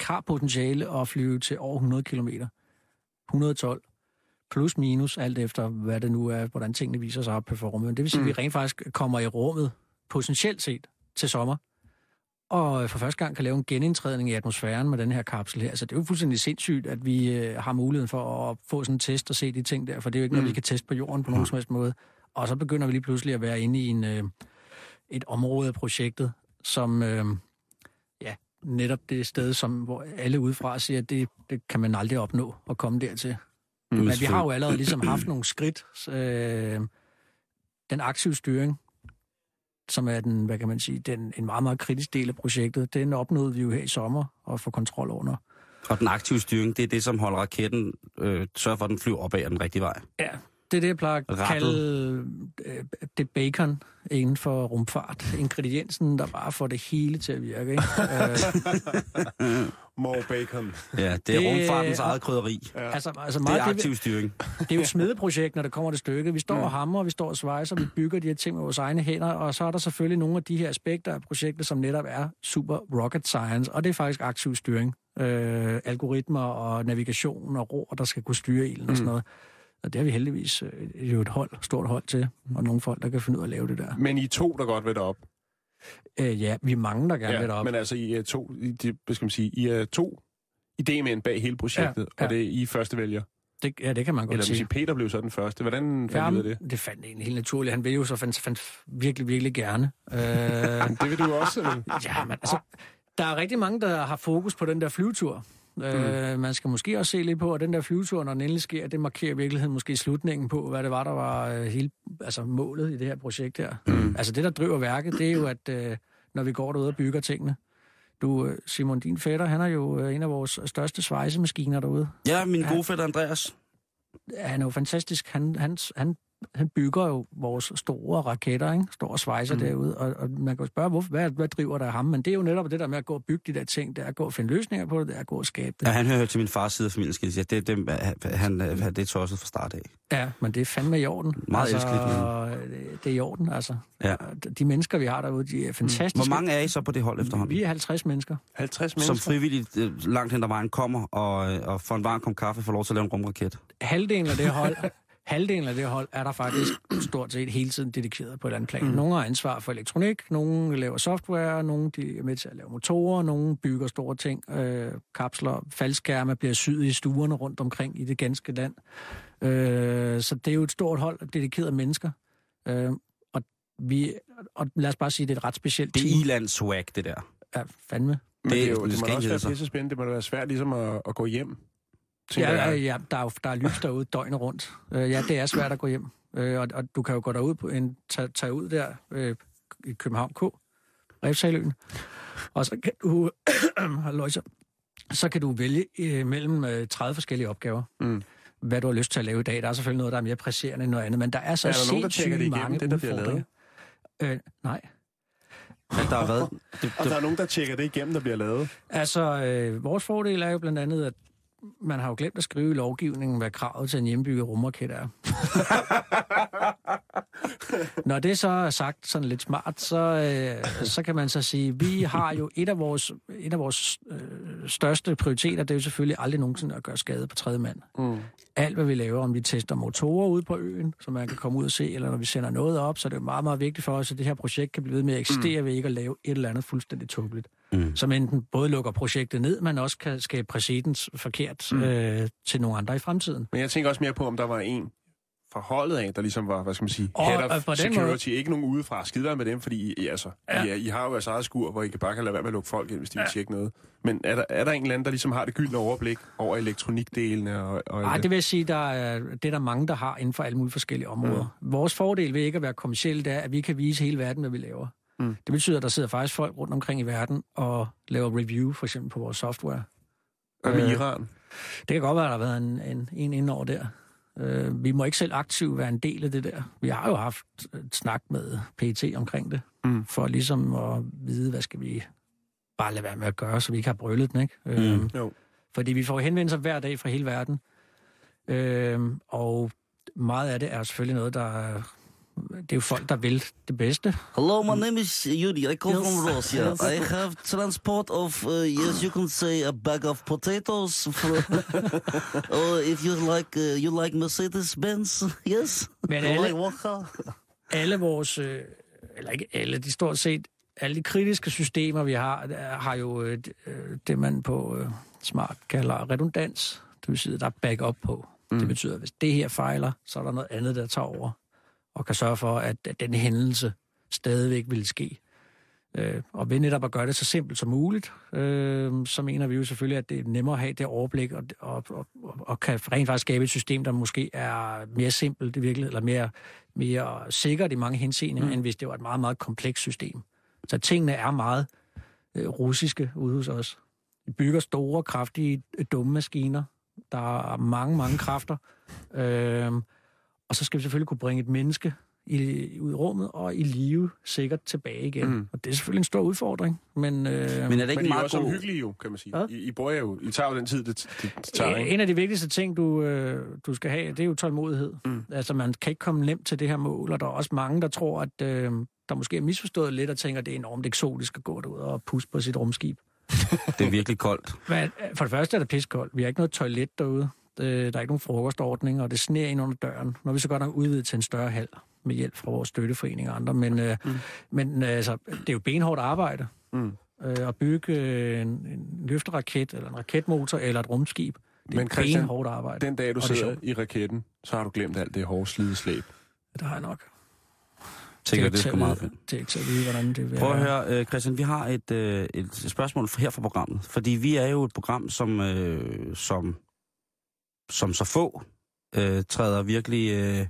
Speaker 6: har potentiale at flyve til over 100 km. 112 plus minus, alt efter hvad det nu er, hvordan tingene viser sig op på rummet. Det vil sige, at vi rent faktisk kommer i rummet, potentielt set, til sommer. Og øh, for første gang kan lave en genindtrædning i atmosfæren med den her kapsel her. Så det er jo fuldstændig sindssygt, at vi øh, har muligheden for at få sådan en test og se de ting der, for det er jo ikke noget, vi kan teste på jorden på nogen som helst måde. Og så begynder vi lige pludselig at være inde i en, øh, et område af projektet, som øh, ja, netop det sted, som, hvor alle udefra siger, at det, det kan man aldrig opnå at komme dertil.
Speaker 5: Mm,
Speaker 6: Men vi har jo allerede ligesom haft nogle skridt. Øh, den aktive styring, som er den, hvad kan man sige, den, en meget, meget kritisk del af projektet, den opnåede vi jo her i sommer at få kontrol under.
Speaker 5: Og den aktive styring, det er det, som holder raketten, øh, sørger for, at den flyver opad ad den rigtige vej.
Speaker 6: Ja, det er det, jeg plejer at
Speaker 5: Rattet.
Speaker 6: kalde øh, det bacon inden for rumfart. Ingrediensen, der bare får det hele til at virke. Ikke? øh,
Speaker 4: More bacon.
Speaker 5: Ja, det er det...
Speaker 6: Det-
Speaker 5: rumfartens eget krydderi. Ja.
Speaker 6: altså, altså
Speaker 5: Det
Speaker 6: meget
Speaker 5: er
Speaker 6: det, vi-
Speaker 5: aktiv styring.
Speaker 6: Det er jo et smedeprojekt, når det kommer til stykket. Vi
Speaker 4: Mm.
Speaker 6: står og hamrer, vi står og svejser, vi bygger de her ting med vores egne hænder, og så er der selvfølgelig nogle af de her aspekter af projektet, som netop er super rocket science, og det er faktisk aktiv styring. Øh, algoritmer og navigation og ror, der skal kunne styre ilden
Speaker 4: Mm.
Speaker 6: og sådan noget. Og det har vi heldigvis øh, jo et hold, stort hold til, og nogle folk, der kan finde ud af at lave det der.
Speaker 4: Men I er to, der godt vil derop.
Speaker 6: Øh, ja, vi er mange, der gerne ja, vil derop.
Speaker 4: men altså, I er to, I, de, hvad skal man sige, I er to idémænd bag hele projektet, ja, ja.
Speaker 6: Ja, ja.
Speaker 4: og det er I første vælger.
Speaker 6: Det, ja, det kan man godt
Speaker 4: Eller
Speaker 6: sige.
Speaker 4: sige, Peter blev så den første. Hvordan fandt ja,
Speaker 6: Ja,
Speaker 4: I ud af det?
Speaker 6: det fandt egentlig helt naturligt. Han ville jo så fandt, fandt virkelig, virkelig gerne. Øh,
Speaker 4: Det vil du også. eller?
Speaker 6: Ja, men altså, der er rigtig mange, der har fokus på den der flyvetur. Mm. Øh, man skal måske også se lidt på, at den der flyvetur, når den endelig sker, det markerer i virkeligheden måske slutningen på, hvad det var, der var øh, hele, altså målet i det her projekt her. Mm. Altså det, der driver værket, det er jo, at øh, når vi går derude og bygger tingene. Du, øh, Simon, din fætter, han er jo øh, en af vores største svejsemaskiner derude.
Speaker 5: Ja, min gode fætter Andreas.
Speaker 6: Han er jo fantastisk. Han, han, han, han bygger jo vores store raketter, ikke? store svejser mm. derude, og, og man kan jo spørge, hvorfor, hvad, hvad driver der ham? Men det er jo netop det der med at gå og bygge de der ting, det er at gå og finde løsninger på det, det er at gå og skabe det.
Speaker 5: Ja, han hører til min fars side af familien, skal jeg sige. Det, det, han, han, det er tosset fra start af.
Speaker 6: Ja, men det er fandme i orden.
Speaker 5: Meget
Speaker 6: altså,
Speaker 5: elskeligt,
Speaker 6: Det er i orden, altså.
Speaker 5: Ja.
Speaker 6: De mennesker, vi har derude, de er fantastiske.
Speaker 5: Mm. Hvor mange er I så på det hold efterhånden?
Speaker 6: Vi er 50 mennesker.
Speaker 4: 50
Speaker 5: som
Speaker 4: mennesker.
Speaker 5: frivilligt øh, langt hen ad vejen kommer og, øh, og får en varm kop kaffe får lov til at lave en rumraket.
Speaker 6: halvdelen af det hold, halvdelen af det hold er der faktisk stort set hele tiden dedikeret på et eller andet
Speaker 5: Mm.
Speaker 6: plan. Nogle har ansvar for elektronik, nogle laver software, nogle de er med til at lave motorer, nogle bygger store ting, øh, kapsler, faldskærme bliver syet i stuerne rundt omkring i det ganske land. Øh, så det er jo et stort hold af dedikerede mennesker. Øh, og, vi, og lad os bare sige, det er et ret specielt
Speaker 5: Det er
Speaker 6: team.
Speaker 5: Ilands swag, det der.
Speaker 6: Ja, fandme.
Speaker 4: Men det, er jo,
Speaker 5: det
Speaker 4: det,
Speaker 5: skal
Speaker 4: må
Speaker 5: ikke
Speaker 4: også
Speaker 5: hedde
Speaker 4: være
Speaker 5: sig.
Speaker 4: pisse spændende. Det må da være svært ligesom at, at gå hjem. tænker
Speaker 6: Ja, ja,
Speaker 4: jeg.
Speaker 6: ja, der er jo der er lys derude døgnet rundt. Øh, ja, det er svært at gå hjem. Øh, og, og du kan jo gå derud på en, tage, tage ud der øh, i København K, Refsaløen. Og så kan du, halløj, så- så kan du vælge øh, mellem øh, 30 forskellige opgaver. Mm. Hvad du har lyst til at lave i dag. Der er selvfølgelig noget, der er mere presserende end noget andet, men der er så
Speaker 4: Er der nogen, der
Speaker 6: sindssygt
Speaker 4: tjekker det igennem,
Speaker 6: mange
Speaker 4: det, der bliver
Speaker 6: udfordringer. Øh, nej.
Speaker 5: At der har været... Det,
Speaker 4: Og der
Speaker 5: det,
Speaker 4: er nogen, der tjekker det igennem, der bliver lavet.
Speaker 6: Altså, øh, vores fordel er jo blandt andet, at man har jo glemt at skrive i lovgivningen, hvad kravet til en hjembygget rumraket er. Når det så er sagt sådan lidt smart, så, øh, så kan man så sige, vi har jo et af vores, et af vores øh, største prioriteter, det er jo selvfølgelig aldrig nogensinde at gøre skade på tredje mand. Mm. Alt, hvad vi laver, om vi tester motorer ude på øen, som man kan komme ud og se, eller når vi sender noget op, så er det jo meget, meget vigtigt for os, at det her projekt kan blive ved med at eksistere mm. ved ikke at lave et eller andet fuldstændig tåbeligt. Mm. Som enten både lukker projektet ned, men også kan skabe præcedens forkert mm. øh, til nogle andre i fremtiden.
Speaker 4: Men jeg tænker også mere på, om der var en fra holdet af, der ligesom var, hvad skal man sige,
Speaker 6: Og-
Speaker 4: head
Speaker 6: og
Speaker 4: of
Speaker 6: på den
Speaker 4: security, ikke nogen udefra. Skide være med dem, fordi I, altså, ja. I, er- I har jo jeres eget skur, hvor I kan bare kan lade være med at lukke folk ind, hvis de ja. vil tjekke noget. Men er der, er der en eller anden, der ligesom har det gyldne overblik over elektronikdelene? Og, og
Speaker 6: Nej, det vil jeg sige, der er, det er der mange, der har inden for alle mulige forskellige områder. Mm. Vores fordel ved ikke at være kommersielle, det er, at vi kan vise hele verden, hvad vi laver. Mm. Det betyder, at der sidder faktisk folk rundt omkring i verden og laver review, for eksempel på vores software.
Speaker 4: Hvad med
Speaker 6: øh,
Speaker 4: Iran?
Speaker 6: Det kan godt være, at der har været en, en, en ind over der. Øh, vi må ikke selv aktivt være en del af det der. Vi har jo haft et snak med PT omkring det, mm. for ligesom at vide, hvad skal vi bare lade være med at gøre, så vi ikke har brøllet den, ikke? Mm. Øh,
Speaker 4: Jo.
Speaker 6: fordi vi får henvendelser hver dag fra hele verden. Øhm, og meget af det er selvfølgelig noget, der... er- Det er jo folk, der vil det bedste.
Speaker 5: Hello, my name is Yuri. I come from Russia. I have transport of, uh, yes, you can say a bag of potatoes. For, or if you like, uh, you like Mercedes-Benz, yes.
Speaker 6: Men
Speaker 5: Or
Speaker 6: alle-
Speaker 5: like Walker.
Speaker 6: Alle vores... Øh, eller ikke alle, de stort set... Alle de kritiske systemer, vi har, er- har jo øh, d- øh, det, man på øh, smart kalder redundans. Det vil sige, at der er backup på. Mm. Det betyder, at hvis det her fejler, så er der noget andet, der tager over og kan sørge for, at, at den hændelse stadigvæk vil ske. Øh, og ved netop at gøre det så simpelt som muligt, øh, så mener vi jo selvfølgelig, at det er nemmere at have det overblik, og, og, og, og kan rent faktisk skabe et system, der måske er mere simpelt i virkeligheden, eller mere, mere sikkert i mange henseender, mm. end hvis det var et meget, meget komplekst system. Så tingene er meget øh, russiske ude hos os. Vi bygger store, kraftige, øh, dumme maskiner. Der er mange, mange kræfter. Øh, og så skal vi selvfølgelig kunne bringe et menneske i, ud i rummet og i live sikkert tilbage igen. Mm. Og det er selvfølgelig en stor udfordring, men, øh, men
Speaker 5: er det
Speaker 4: Men I er jo også omhyggelige jo, kan man sige. I, I, bruger jo, I tager jo den tid, det, det tager, ikke?
Speaker 6: en af de vigtigste ting, du, øh, du skal have, det er jo tålmodighed. Mm. Altså, man kan ikke komme nemt til det her mål, og der er også mange, der tror, at øh, der måske er misforstået lidt og tænker, at det er enormt eksotisk at gå derud og pusse på sit rumskib.
Speaker 5: Det er virkelig koldt.
Speaker 6: Men øh, for det første er det pissekoldt. Vi har ikke noget toilet derude. Øh, Der er ikke nogen frokostordning, og det sner ind under døren. Nu er vi så godt nok udvidet til en større hal med hjælp fra vores støtteforening og andre. Men, mm. men øh, altså, det er jo benhårdt arbejde mm. at bygge øh, en, en løfteraket, eller en raketmotor, eller et rumskib. Det er
Speaker 4: Men
Speaker 6: men
Speaker 4: Christian,
Speaker 6: benhårdt arbejde.
Speaker 4: Den dag, du
Speaker 6: Og det er
Speaker 4: sidder
Speaker 6: sjovt.
Speaker 4: i raketten, så har du glemt alt det hårde slid slæb.
Speaker 6: Det har jeg nok.
Speaker 5: Tænker,
Speaker 6: ikke
Speaker 5: det er
Speaker 6: til
Speaker 5: sgu
Speaker 6: at
Speaker 5: meget
Speaker 6: vide-
Speaker 5: fedt.
Speaker 6: Det er ikke til at vide, hvordan det vil
Speaker 5: Prøv at
Speaker 6: være.
Speaker 5: høre, øh, Christian, vi har et, øh, et spørgsmål her fra programmet. Fordi vi er jo et program, som, øh, som, som så få øh, træder virkelig, øh,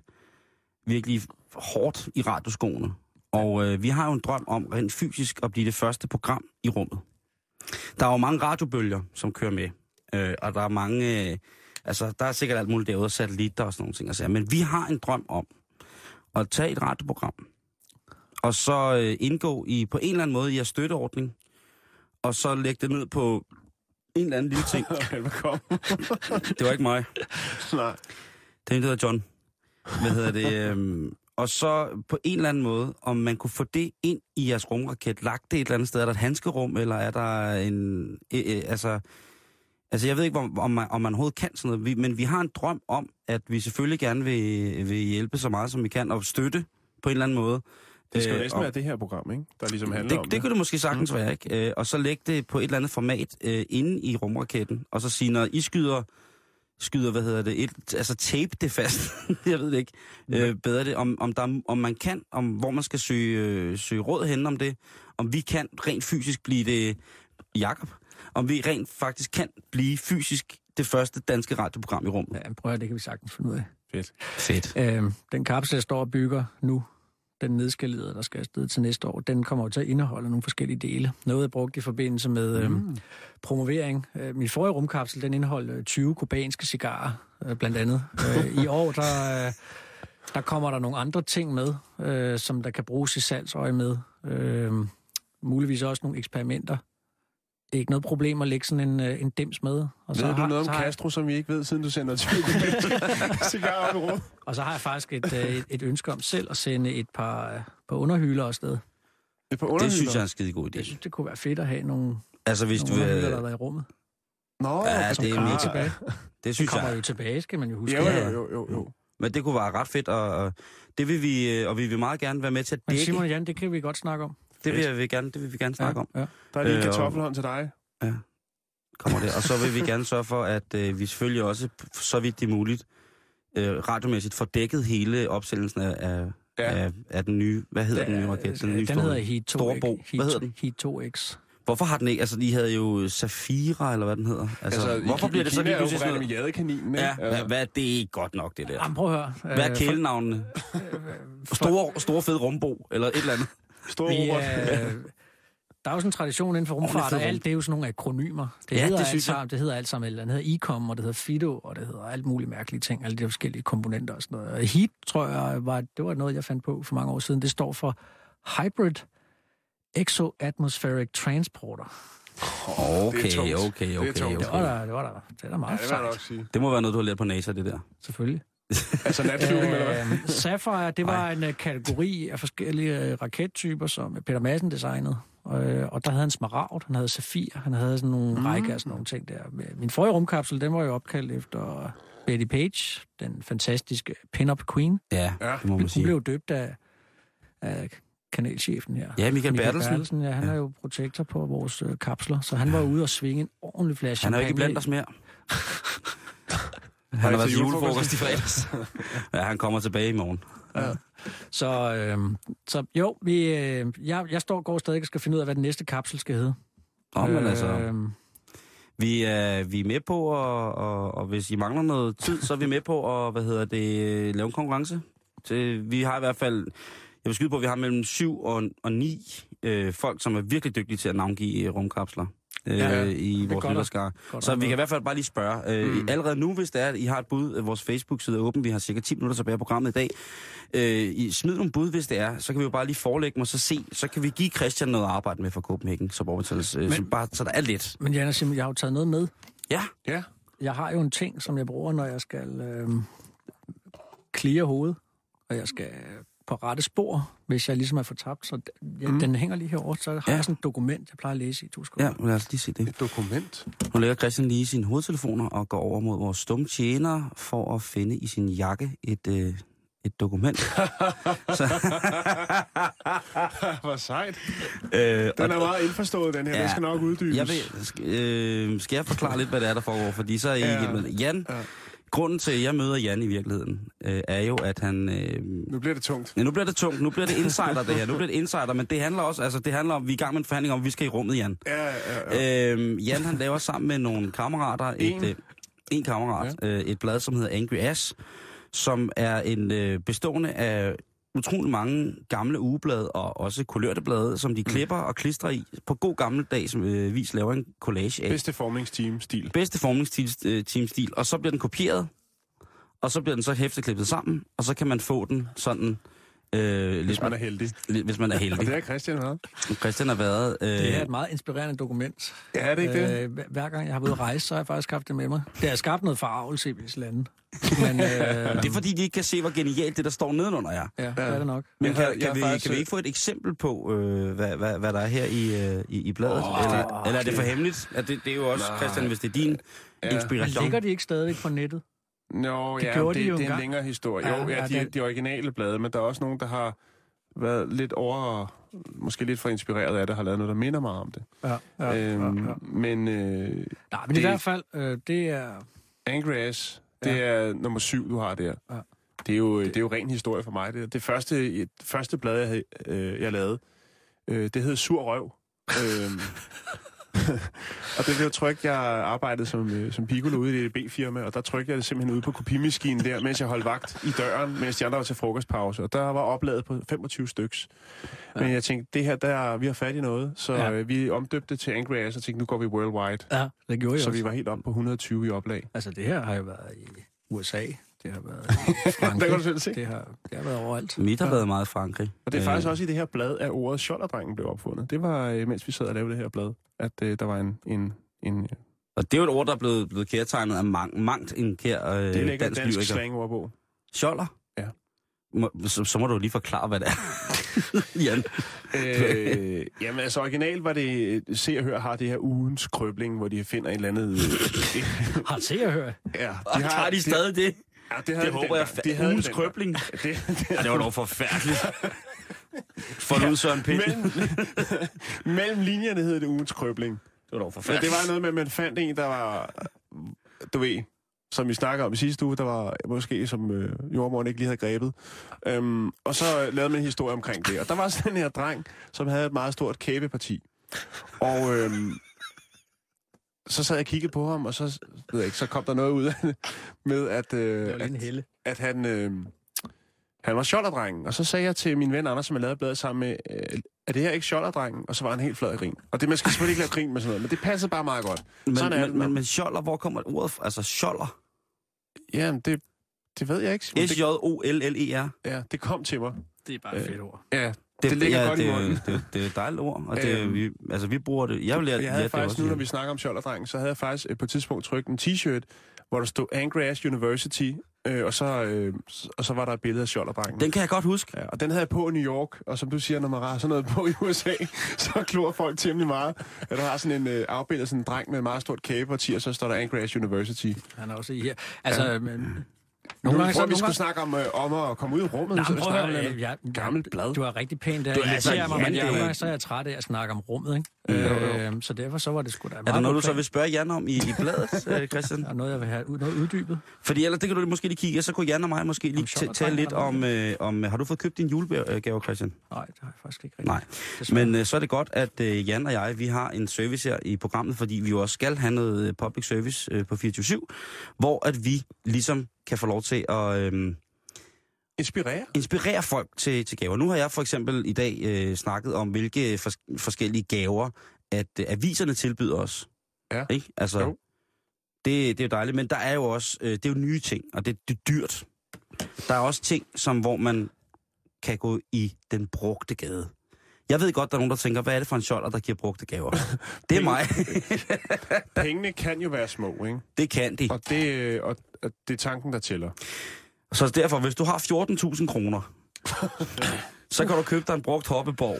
Speaker 5: virkelig hårdt i radioskoene. Og øh, vi har jo en drøm om rent fysisk at blive det første program i rummet. Der er jo mange radiobølger, som kører med. Øh, og der er mange... Øh, altså, der er sikkert alt muligt derude, satellitter og sådan nogle ting. Altså, men vi har en drøm om at tage et radioprogram, og så øh, indgå i på en eller anden måde i jeres støtteordning, og så lægge det ned på en eller anden lille ting.
Speaker 4: Velbekomme.
Speaker 5: Det var ikke mig.
Speaker 4: Nej.
Speaker 5: Det er en, der hedder John. Hvad hedder det? Øhm, og så på en eller anden måde, om man kunne få det ind i jeres rumraket, lagt det et eller andet sted. Er der et handskerum, eller er der en... Øh, øh, altså, altså, jeg ved ikke, om, om, man, om man overhovedet kan sådan noget, vi, men vi har en drøm om, at vi selvfølgelig gerne vil, vil hjælpe så meget, som vi kan, og støtte på en eller anden måde.
Speaker 4: Det skal jo
Speaker 5: Øh,
Speaker 4: næsten
Speaker 5: og-
Speaker 4: være det her program, ikke? Der ligesom handler
Speaker 5: det,
Speaker 4: om
Speaker 5: det kunne det måske sagtens mm. være, ikke? Øh, og så lægge det på et eller andet format øh, inde i rumraketten, og så sige, når I skyder, skyder hvad hedder det, et, altså tape det fast, jeg ved det ikke, øh, bedre det, om, om, der, er- om man kan, om hvor man skal søge, øh, søge råd hen om det, om vi kan rent fysisk blive det, Jakob, om vi rent faktisk kan blive fysisk det første danske radioprogram i rummet.
Speaker 6: Ja, prøv at høre, det kan vi sagtens finde ud af.
Speaker 4: Fedt.
Speaker 5: Fedt.
Speaker 6: Øh, den kapsel, jeg står og bygger nu, den nedskalerede, der skal afsted til næste år, den kommer jo til at indeholde nogle forskellige dele. Noget, jeg brugte i forbindelse med mm. øh, promovering. Øh, min forrige rumkapsel, den indeholdt øh, 20 kubanske cigarer, øh, blandt andet. Øh, I år, der, øh, der kommer der nogle andre ting med, øh, Øhm, som der kan bruges i salgsøje med. Øh, muligvis også nogle eksperimenter det er ikke noget problem at lægge sådan en, øh, en dims med.
Speaker 4: Ved
Speaker 6: Og
Speaker 4: du
Speaker 6: har-
Speaker 4: noget
Speaker 6: så
Speaker 4: om
Speaker 6: har-
Speaker 4: Castro, som vi ikke ved, siden du sender til cigar op i rummet?
Speaker 6: Og så har jeg faktisk et, øh, et, et ønske om selv at sende et par, øh, par underhylder afsted.
Speaker 4: Det, er på
Speaker 5: Det
Speaker 4: underhylder.
Speaker 5: synes jeg er en skide god
Speaker 6: Jeg
Speaker 5: idé.
Speaker 6: synes, det kunne være fedt at have nogle,
Speaker 5: Altså, hvis
Speaker 6: nogle
Speaker 5: du...
Speaker 6: underhylder, der
Speaker 5: Øh,
Speaker 6: har været i rummet.
Speaker 4: Nå,
Speaker 5: ja,
Speaker 4: som
Speaker 5: det er
Speaker 4: krav.
Speaker 5: mega
Speaker 6: tilbage.
Speaker 5: det
Speaker 6: De
Speaker 5: synes
Speaker 6: kommer
Speaker 5: jeg.
Speaker 6: jo tilbage, skal man jo huske.
Speaker 4: Ja, jo, jo, jo, jo.
Speaker 5: Men det kunne være ret fedt, og, og det vil vi, øh, og vi vil meget gerne være med til at
Speaker 6: Men
Speaker 5: dække.
Speaker 6: Simon og Jan, det kan vi godt snakke om.
Speaker 5: Det vil, jeg, vil gerne, det vil vi gerne snakke om.
Speaker 6: Ja.
Speaker 4: Der er lige en
Speaker 5: Øh, og-
Speaker 4: kartoffelhånd til dig.
Speaker 5: Kommer det. Og så vil vi gerne sørge for, at øh, vi selvfølgelig også, så vidt det er muligt, øh, radiomæssigt får dækket hele opsendelsen af, af,
Speaker 4: Ja.
Speaker 5: af, af den nye, hvad hedder den nye
Speaker 6: Øh,
Speaker 5: raket? Den, nye
Speaker 6: den
Speaker 5: store-
Speaker 6: hedder Heat 2
Speaker 5: Storebro.
Speaker 6: Heat,
Speaker 5: Hvad hedder den?
Speaker 6: Heat 2X.
Speaker 5: Hvorfor har den ikke, altså de havde jo Safira, eller hvad den hedder. Altså, altså hvorfor bliver det så lige pludselig sådan
Speaker 4: noget?
Speaker 5: noget?
Speaker 4: med jadekaninen, ikke? Altså,
Speaker 5: Ja, hvad, hvad, det er ikke godt nok, det der.
Speaker 6: Jamen, øh, prøv at høre.
Speaker 5: Hvad er kælenavnene?
Speaker 6: øh,
Speaker 5: Store, store fed rumbo, eller et eller andet.
Speaker 4: Stor
Speaker 6: Vi,
Speaker 4: robot.
Speaker 6: øh, der er jo sådan en tradition inden for rumfart, og alt det er jo sådan nogle akronymer.
Speaker 5: Ja,
Speaker 6: Det, hedder,
Speaker 5: det
Speaker 6: det, alt
Speaker 5: synes jeg.
Speaker 6: sammen, det hedder alt sammen. et Eller andet. Det hedder ICOM, og det hedder FIDO, og det hedder alt muligt mærkelige ting. Alle de forskellige komponenter og sådan noget. Og HEAT, tror jeg, var, det var noget, jeg fandt på for mange år siden. Det står for Hybrid Exoatmospheric Transporter.
Speaker 5: Okay,
Speaker 4: tungt.
Speaker 5: okay,
Speaker 4: Det er
Speaker 5: okay,
Speaker 4: tungt.
Speaker 5: okay.
Speaker 6: Det var der, det var der, det er der meget
Speaker 4: Ja,
Speaker 6: ja,
Speaker 4: det vil jeg nok
Speaker 6: sejt,
Speaker 4: sige.
Speaker 5: Det må være noget, du har lært på NASA, det der.
Speaker 6: selvfølgelig.
Speaker 4: Altså natflyvning, eller hvad?
Speaker 6: Øh, Sapphire, det var en øh, kategori af forskellige øh, rakettyper, som Peter Madsen designede. Og, øh, og der havde han smaragd, han havde safir, han havde sådan nogle mm. række af sådan nogle ting der. Min forrige rumkapsel, den var jo opkaldt efter Betty Page, den fantastiske pin-up queen.
Speaker 5: Ja,
Speaker 4: Ja.
Speaker 5: det må man
Speaker 6: Hun
Speaker 5: sige.
Speaker 6: blev døbt af, af kanalchefen her.
Speaker 5: Ja, Michael Bertelsen.
Speaker 6: Bertelsen ja, han er jo protektor på vores øh, kapsler, så han var ude og svinge en ordentlig flaske
Speaker 5: Han er jo ikke
Speaker 6: champagne.
Speaker 5: blandt os mere. han
Speaker 4: Har
Speaker 5: har
Speaker 4: I
Speaker 5: været
Speaker 4: til
Speaker 5: til julefrokost
Speaker 4: julefrokost?
Speaker 5: i fredags. ja, han kommer tilbage i morgen.
Speaker 6: Så, øh, så jo, vi, øh, jeg, jeg står går stadig og skal finde ud af, hvad den næste kapsel skal hedde.
Speaker 5: Nå,
Speaker 4: Øh,
Speaker 5: men altså,
Speaker 6: Øhm,
Speaker 5: vi er, vi er med på, og, og, og hvis I mangler noget tid, så er vi med på at hvad hedder det, lave en konkurrence. Til, vi har i hvert fald, jeg vil skyde på, at vi har mellem 7 og, og 9 øh, folk, som er virkelig dygtige til at navngive øh, rumkapsler. Øh,
Speaker 6: Ja,
Speaker 5: ja, i
Speaker 6: er
Speaker 5: vores
Speaker 6: godt at-
Speaker 5: lytterskare.
Speaker 6: godt
Speaker 5: Så
Speaker 6: at Mm.
Speaker 5: vi kan
Speaker 6: høre.
Speaker 5: i hvert fald bare lige spørge. Øh, Allerede nu, hvis det er, at I har et bud, øh, vores Facebook-side er åben. Vi har cirka 10 minutter tilbage af programmet i dag. Øh, I smid nogle bud, hvis det er. Så kan vi jo bare lige forelægge mig, så se. Så kan vi give Christian noget at arbejde med fra Copenhagen Suborbitals. Øh, så, bare, så der er lidt.
Speaker 6: men Jan og Simon, jeg har jo taget noget med.
Speaker 5: Ja,
Speaker 4: Ja.
Speaker 6: Jeg har jo en ting, som jeg bruger, når jeg skal øh, klire hovedet, og jeg skal på rette spor, hvis jeg ligesom er fortabt. Så d- ja, mm. den hænger lige herovre, så har
Speaker 5: Ja.
Speaker 6: ja. jeg sådan et dokument, jeg plejer at læse i. Du skal
Speaker 5: ja, lad os lige se det.
Speaker 4: Et dokument.
Speaker 5: Nu lægger Christian lige sine hovedtelefoner og går over mod vores stumme tjener for at finde i sin jakke et, øh, et dokument. så,
Speaker 4: Hvor sejt.
Speaker 5: øh, og-
Speaker 4: Den er meget indforstået, den her. Den skal nok uddybes.
Speaker 5: Jeg vil, sk- øh, skal jeg forklare lidt, hvad det er, der foregår? Fordi så er I
Speaker 4: Ja.
Speaker 5: ja. ikke med. Jan, ja. grunden til, at jeg møder Jan i virkeligheden, øh, er jo, at han... Øh,
Speaker 4: Nu bliver det tungt.
Speaker 5: ja, nu bliver det tungt, nu bliver det insider det her, nu bliver det insider, men det handler også, altså det handler om, vi er i gang med en forhandling om, at vi skal i rummet, Jan.
Speaker 4: Ja, ja, ja.
Speaker 5: Øhm, Jan han laver sammen med nogle kammerater
Speaker 4: En.
Speaker 5: et, øh, en kammerat, ja. øh, et blad, som hedder Angry Ass, som er en øh, bestående af utrolig mange gamle ugeblade og også kulørte blade, som
Speaker 4: Mm.
Speaker 5: de klipper og klistrer i. På god gammeldags øh, vis laver en collage af. Bedste,
Speaker 4: Bedste formningsteam-stil.
Speaker 5: bedste formningsteamstil. Og så bliver den kopieret, og så bliver den så hæfteklippet sammen, og så kan man få den sådan... Øh, hvis,
Speaker 4: Man er heldig.
Speaker 5: lidt, hvis man er
Speaker 4: Og det
Speaker 5: heldig.
Speaker 4: er Christian meget.
Speaker 5: Christian har været... Øh,
Speaker 6: Det er et meget inspirerende dokument.
Speaker 4: Ja, er det ikke det?
Speaker 6: Øh, hver- hver gang jeg har været ude at rejse, så har jeg faktisk haft det med mig. Det har skabt noget forarvelse i visse lande. Men øh,
Speaker 5: det er fordi, de ikke kan se, hvor genialt det, der står nedenunder er.
Speaker 6: ja, det er det nok.
Speaker 5: Men
Speaker 4: Jeg
Speaker 5: kan,
Speaker 4: har-
Speaker 5: kan,
Speaker 4: jeg har
Speaker 5: vi,
Speaker 4: faktisk-
Speaker 5: kan vi ikke få et eksempel på, øh, hvad, hvad, hvad der er her i, øh, i, i bladet? Oh, eller, eller er det for hemmeligt? Er det, det er jo også, Nej. Christian, hvis det er din ja. inspiration.
Speaker 6: Ligger de ikke stadigvæk på nettet?
Speaker 4: Nå,
Speaker 6: Det
Speaker 4: ja,
Speaker 6: gjorde
Speaker 4: det,
Speaker 6: de jo
Speaker 4: det er en
Speaker 6: engang.
Speaker 4: længere historie.
Speaker 6: Ja,
Speaker 4: Jo, ja,
Speaker 6: ja,
Speaker 4: de,
Speaker 6: det-
Speaker 4: de originale blade, men der er også nogen, der har været lidt over, måske lidt for inspireret af det, har lavet noget, der minder meget om det.
Speaker 6: Ja, ja,
Speaker 4: øhm,
Speaker 6: ja, ja.
Speaker 4: Men øh,
Speaker 6: Nej, men
Speaker 4: Det-
Speaker 6: i hvert fald, øh, det er...
Speaker 4: Angry Ass, det er nummer syv, du har der.
Speaker 6: Ja.
Speaker 4: Det er, jo, det er jo ren historie for mig. Det, det første, et, første blad, jeg, havde, øh, jeg lavede, øh, det hed Sur Røv. øhm, og det blev trykt, jeg arbejdede som, øh, som piccolo ude i et B-firma, og der trykte jeg det simpelthen ude på kopimaskinen der, mens jeg holdt vagt i døren, mens de andre var til frokostpause. Og der var opladet på 25 styks. Men jeg tænkte, det her, der, vi har fat i noget, så
Speaker 6: Ja.
Speaker 4: øh, vi omdøbte til Angry Ass og tænkte, nu går vi worldwide.
Speaker 6: Ja, det gjorde jeg
Speaker 4: Så
Speaker 6: også.
Speaker 4: vi var helt oppe på 120 i oplag.
Speaker 6: Altså, det her har jo været i USA. det har været i Frankrig.
Speaker 4: Der kan du selv se.
Speaker 6: Det har, det har været overalt.
Speaker 5: Mit har været meget Frankrig. Øh,
Speaker 4: Og det er faktisk også i det her blad, at ordet Schollerdrengen blev opfundet. Det var, øh, mens vi sad og lavede det her blad, at øh, der var en... en,
Speaker 5: Øh,
Speaker 4: en
Speaker 5: Og det er jo et ord, der er blevet, blevet kærtegnet af mang, mangt en kær øh,
Speaker 4: det ligger
Speaker 5: dansk,
Speaker 4: dansk, dansk
Speaker 5: lyriker.
Speaker 4: slangordbog.
Speaker 5: Scholler?
Speaker 4: Ja.
Speaker 5: Må, så, så må du jo lige forklare, hvad det er. Jan.
Speaker 4: Øh, jamen altså, originalt var det... øh, Se og Hør har det her ugens krøbling, hvor de finder et eller andet... øh,
Speaker 6: Har se og høre.
Speaker 4: ja, de
Speaker 5: Og tager de stadig det?
Speaker 4: Ja, det, havde
Speaker 5: Det
Speaker 4: de
Speaker 5: håber jeg.
Speaker 4: dengang. Det
Speaker 5: fa-
Speaker 4: havde de
Speaker 5: Ugens
Speaker 4: dengang.
Speaker 5: krøbling.
Speaker 4: Det, det,
Speaker 5: Ja, det var dog forfærdeligt. For ud Søren Pind. Det
Speaker 4: mellem, mellem linjerne hed det ugens krøbling.
Speaker 5: var dog
Speaker 4: Men det
Speaker 5: forfærdeligt.
Speaker 4: var noget med, at man fandt en, der var, du ved, som vi snakker om i sidste uge, der var måske, som øh, jordmoren ikke lige havde grebet. Øhm, og så øh, lavede man en historie omkring det. Og der var sådan en her dreng, som havde et meget stort kæbeparti. Og øhm, så sad jeg og kiggede på ham, og så, ved jeg ikke, så kom der noget ud af det, med, at,
Speaker 6: Det
Speaker 4: øh,
Speaker 6: var lige en
Speaker 4: at,
Speaker 6: helle.
Speaker 4: at han, øh, han var sjollerdrengen. Og så sagde jeg til min ven Anders, som jeg lavede bladet sammen med, øh, er det her ikke sjollerdrengen? Og så var han helt flad af grin. Og det, man skal selvfølgelig ikke lave grin med sådan noget, men det passede bare meget godt.
Speaker 5: Men,
Speaker 4: Sådan er det,
Speaker 5: men, men,
Speaker 4: mand.
Speaker 5: men scholler, hvor kommer ordet fra? Altså scholler.
Speaker 4: Ja, men det, det ved jeg ikke. Simon. Det,
Speaker 5: S-J-O-L-L-E-R.
Speaker 4: ja, det kom til mig.
Speaker 6: Det er bare et fedt ord.
Speaker 4: Ja, det, det ligger ja, godt
Speaker 5: E det,
Speaker 4: i
Speaker 5: er jo-
Speaker 4: munden.
Speaker 5: Det, er jo- det er jo et dejligt ord, og det, er-
Speaker 4: Øhm.
Speaker 5: vi, altså, vi bruger det. Jeg vil lære,
Speaker 4: Jeg havde
Speaker 5: lærte det
Speaker 4: faktisk,
Speaker 5: også,
Speaker 4: nu når
Speaker 5: ja.
Speaker 4: vi snakker om sjollerdrengen, så havde jeg faktisk øh, på et tidspunkt trykt en t-shirt, hvor der stod Angry Ass University, øh, og, så, øh, s- og så var der et billede af sjollerdrengen.
Speaker 5: Den kan jeg godt huske.
Speaker 4: Ja, og den havde jeg på i New York, og som du siger, når man har sådan noget på i USA, så klor folk temmelig meget. At der har sådan en øh, afbildet sådan en dreng med en meget stort kæbeparti, og så står der Angry Ass University.
Speaker 6: Han er også i her. Altså, ja. men,
Speaker 4: Nogle gange,
Speaker 6: gange så-
Speaker 4: så vi
Speaker 6: nogle
Speaker 4: skulle
Speaker 6: gange-
Speaker 4: snakke om, øh, om at komme ud i rummet.
Speaker 6: Nej,
Speaker 4: så
Speaker 6: men prøv at
Speaker 4: snakker vi om
Speaker 6: høre,
Speaker 4: det.
Speaker 6: jeg,
Speaker 4: Gammelt blad.
Speaker 6: Du har rigtig pænt der.
Speaker 5: Du
Speaker 6: Du
Speaker 5: er
Speaker 6: er
Speaker 5: altså-
Speaker 6: irriterer mig,
Speaker 5: ja,
Speaker 6: men
Speaker 5: det er jo-
Speaker 6: jeg, nogle gange så er jeg træt af at snakke om rummet, ikke? Øh, så derfor så var det sgu da meget
Speaker 5: Er der noget, du så
Speaker 6: beklageligt.
Speaker 5: vil spørge Jan om i, i bladet, øh, Christian?
Speaker 6: Der er noget, jeg vil have ud- noget uddybet.
Speaker 5: Fordi ellers, det kan du måske lige kigge, og så kunne Jan og mig måske lige
Speaker 6: Om sjov,
Speaker 5: t-
Speaker 6: der
Speaker 5: tale
Speaker 6: er
Speaker 5: lidt
Speaker 6: der
Speaker 5: om, øh, om... øh, Har du fået købt din julegave, Christian?
Speaker 6: Nej, det har jeg faktisk ikke
Speaker 5: Nej.
Speaker 6: rigtigt.
Speaker 5: Men øh, så er det godt, at øh, Jan og jeg, vi har en service her i programmet, fordi vi jo også skal have noget øh, public service øh, på 24-7, hvor at vi ligesom kan få lov til at øh,
Speaker 4: Inspirere.
Speaker 5: inspirere folk til, til gaver. Nu har jeg for eksempel i dag øh, snakket om, hvilke fors- forskellige gaver, at øh, aviserne tilbyder os.
Speaker 4: Ja.
Speaker 5: Ikke? Altså,
Speaker 4: Jo.
Speaker 5: det, det er jo dejligt, men der er jo også, øh, det er jo nye ting, og det, det er dyrt. Der er også ting, som hvor man kan gå i den brugte gade. Jeg ved godt, der er nogen, der tænker, hvad er det for en sjolder, der giver brugte gaver? Det er mig.
Speaker 4: Pengene kan jo være små, ikke?
Speaker 5: det kan de.
Speaker 4: Og det, øh, og, og det er tanken, der tæller.
Speaker 5: Så derfor, hvis du har 14.000 kroner, så kan du købe dig en brugt hoppeborg.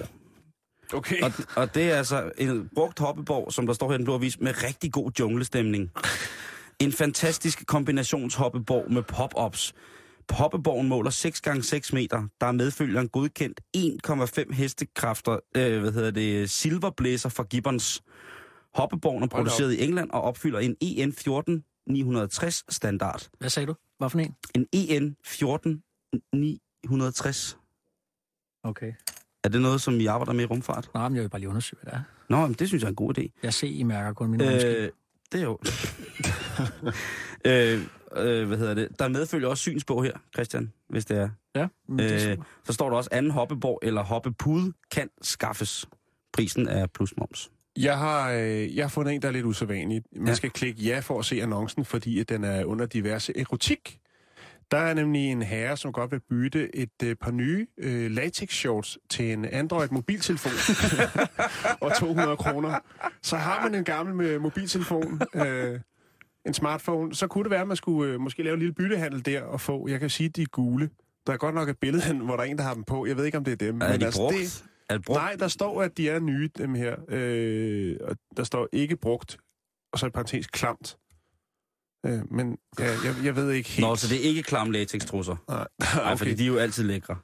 Speaker 4: Okay.
Speaker 5: Og, og det er altså en brugt hoppeborg, som der står her i den blå avis, med rigtig god junglestemning. En fantastisk kombinationshoppeborg med pop-ups. Hoppeborgen måler 6 gange 6 meter. Der er medfølger en godkendt 1,5 hestekræfter, øh, hvad hedder det, silverblæser fra Gibbons. Hoppeborgen er
Speaker 4: Hold da op.
Speaker 5: produceret i England og opfylder en E EN 14960 standard.
Speaker 6: Hvad sagde du? Hvad for en?
Speaker 5: En E EN 14960.
Speaker 6: Okay.
Speaker 5: Er det noget, som I arbejder med i rumfart?
Speaker 6: Nå, men jeg vil bare lige undersøge, hvad det er.
Speaker 5: Nå, men det synes jeg er en god idé.
Speaker 6: Jeg ser, I mærker kun mine øh,
Speaker 5: Øh, det er jo... øh, øh, hvad hedder det? Der medfølger også synsbog her, Christian, hvis det er.
Speaker 6: Ja, men det er
Speaker 5: Øh,
Speaker 6: super.
Speaker 5: så står der også, anden hoppeborg eller hoppepude kan skaffes. Prisen er plus moms.
Speaker 4: Jeg har, øh, jeg har fundet en, der er lidt usædvanlig. Man
Speaker 5: Ja.
Speaker 4: ja. skal klikke ja for at se annoncen, fordi at den er under diverse erotik. Der er nemlig en herre, som godt vil bytte et øh, par nye øh, latex-shorts til en Android-mobiltelefon og 200 kroner. Så har man en gammel med mobiltelefon, øh, en smartphone, så kunne det være, at man skulle øh, måske lave en lille byttehandel der og få, jeg kan sige, de er gule. Der er godt nok et billede, hen, hvor der er en, der har dem på. Jeg ved ikke, om det er dem.
Speaker 5: Er de brugt?
Speaker 4: altså, det,
Speaker 5: Er det brugt?
Speaker 4: Nej, der står, at de er nye, dem her. Øh, og der står ikke brugt, og så i parentes klamt. Øh, men ja, jeg, jeg ved ikke helt.
Speaker 5: Nå, så det er ikke klamme latex-trusser.
Speaker 4: Nej,
Speaker 5: Nej, okay. fordi
Speaker 4: okay.
Speaker 5: de er jo altid lækre.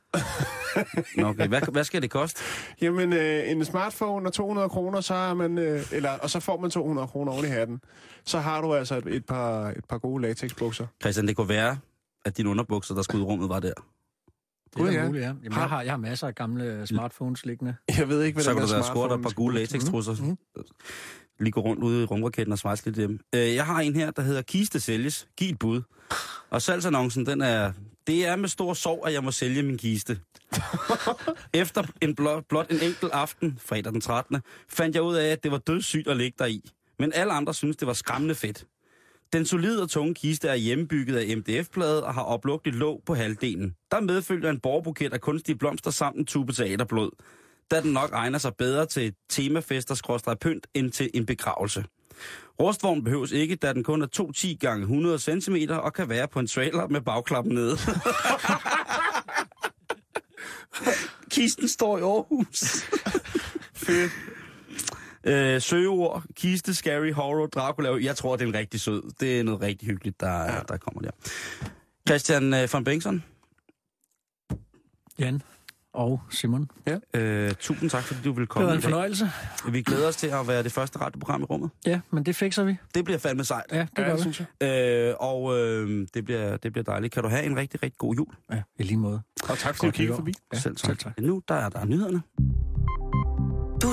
Speaker 5: Nå, okay. Hvad, hvad skal det koste?
Speaker 4: Jamen, øh, en smartphone og 200 kroner, så har man, øh, eller, og så får man 200 kroner oven i hatten. Så har du altså et, et, par, et par gode latexbukser.
Speaker 5: Christian, det kunne være, at dine underbukser, der skulle ud i rummet, var der.
Speaker 6: Det
Speaker 4: Gud,
Speaker 6: er
Speaker 4: ja.
Speaker 6: da muligt, ja. Jamen, jeg, har, jeg har masser af gamle øh, smartphones liggende.
Speaker 4: Jeg ved ikke, hvad
Speaker 5: så
Speaker 4: den
Speaker 5: kan
Speaker 4: der
Speaker 5: du da squat og et
Speaker 4: smartphone...
Speaker 5: par gule latex-trusser.
Speaker 4: Mm-hmm.
Speaker 5: Mm. Lige gå rundt ude i rumraketten og svejse lidt i dem. Øh, jeg har en her, der hedder Kiste sælges. Giv et bud. Og salgsannoncen, den er... Det er med stor sorg, at jeg må sælge min kiste. Efter en blot, blot en enkelt aften, fredag den 13., fandt jeg ud af, at det var dødssygt at ligge der i. Men alle andre synes det var skræmmende fedt. Den solide og tunge kiste er hjemmebygget af MDF-plade og har oplugtet låg på halvdelen. Der medfølger en borgerbuket af kunstige blomster samt en tube teaterblod, da den nok egner sig bedre til temafester skråstrej pynt end til en begravelse. Rustvognen behøves ikke, da den kun er 2,10 gange 100 cm og kan være på en trailer med bagklappen nede. Kisten står i Aarhus. Fedt. Øh, søgeord, kiste, scary, horror, Dracula. Jeg tror, det er en rigtig sød. Det er noget rigtig hyggeligt, der, ja. der kommer der. Christian øh, von Bengtsson,
Speaker 6: Jan og Simon.
Speaker 5: øh, tusind tak, fordi du ville
Speaker 6: Det
Speaker 5: komme
Speaker 6: var en
Speaker 5: i dag.
Speaker 6: fornøjelse.
Speaker 5: Vi glæder os til at være det første radioprogram i rummet.
Speaker 6: Ja, men det fikser vi.
Speaker 5: Det bliver fandme sejt.
Speaker 6: Ja, det gør vi.
Speaker 5: Øh, og øh, det, bliver, det bliver dejligt. Kan du have en rigtig, rigtig god jul?
Speaker 6: Ja, i lige måde.
Speaker 4: Og tak fordi du kiggede forbi.
Speaker 5: Ja, selv, tak. selv tak. Nu der er der nyhederne.
Speaker 3: Du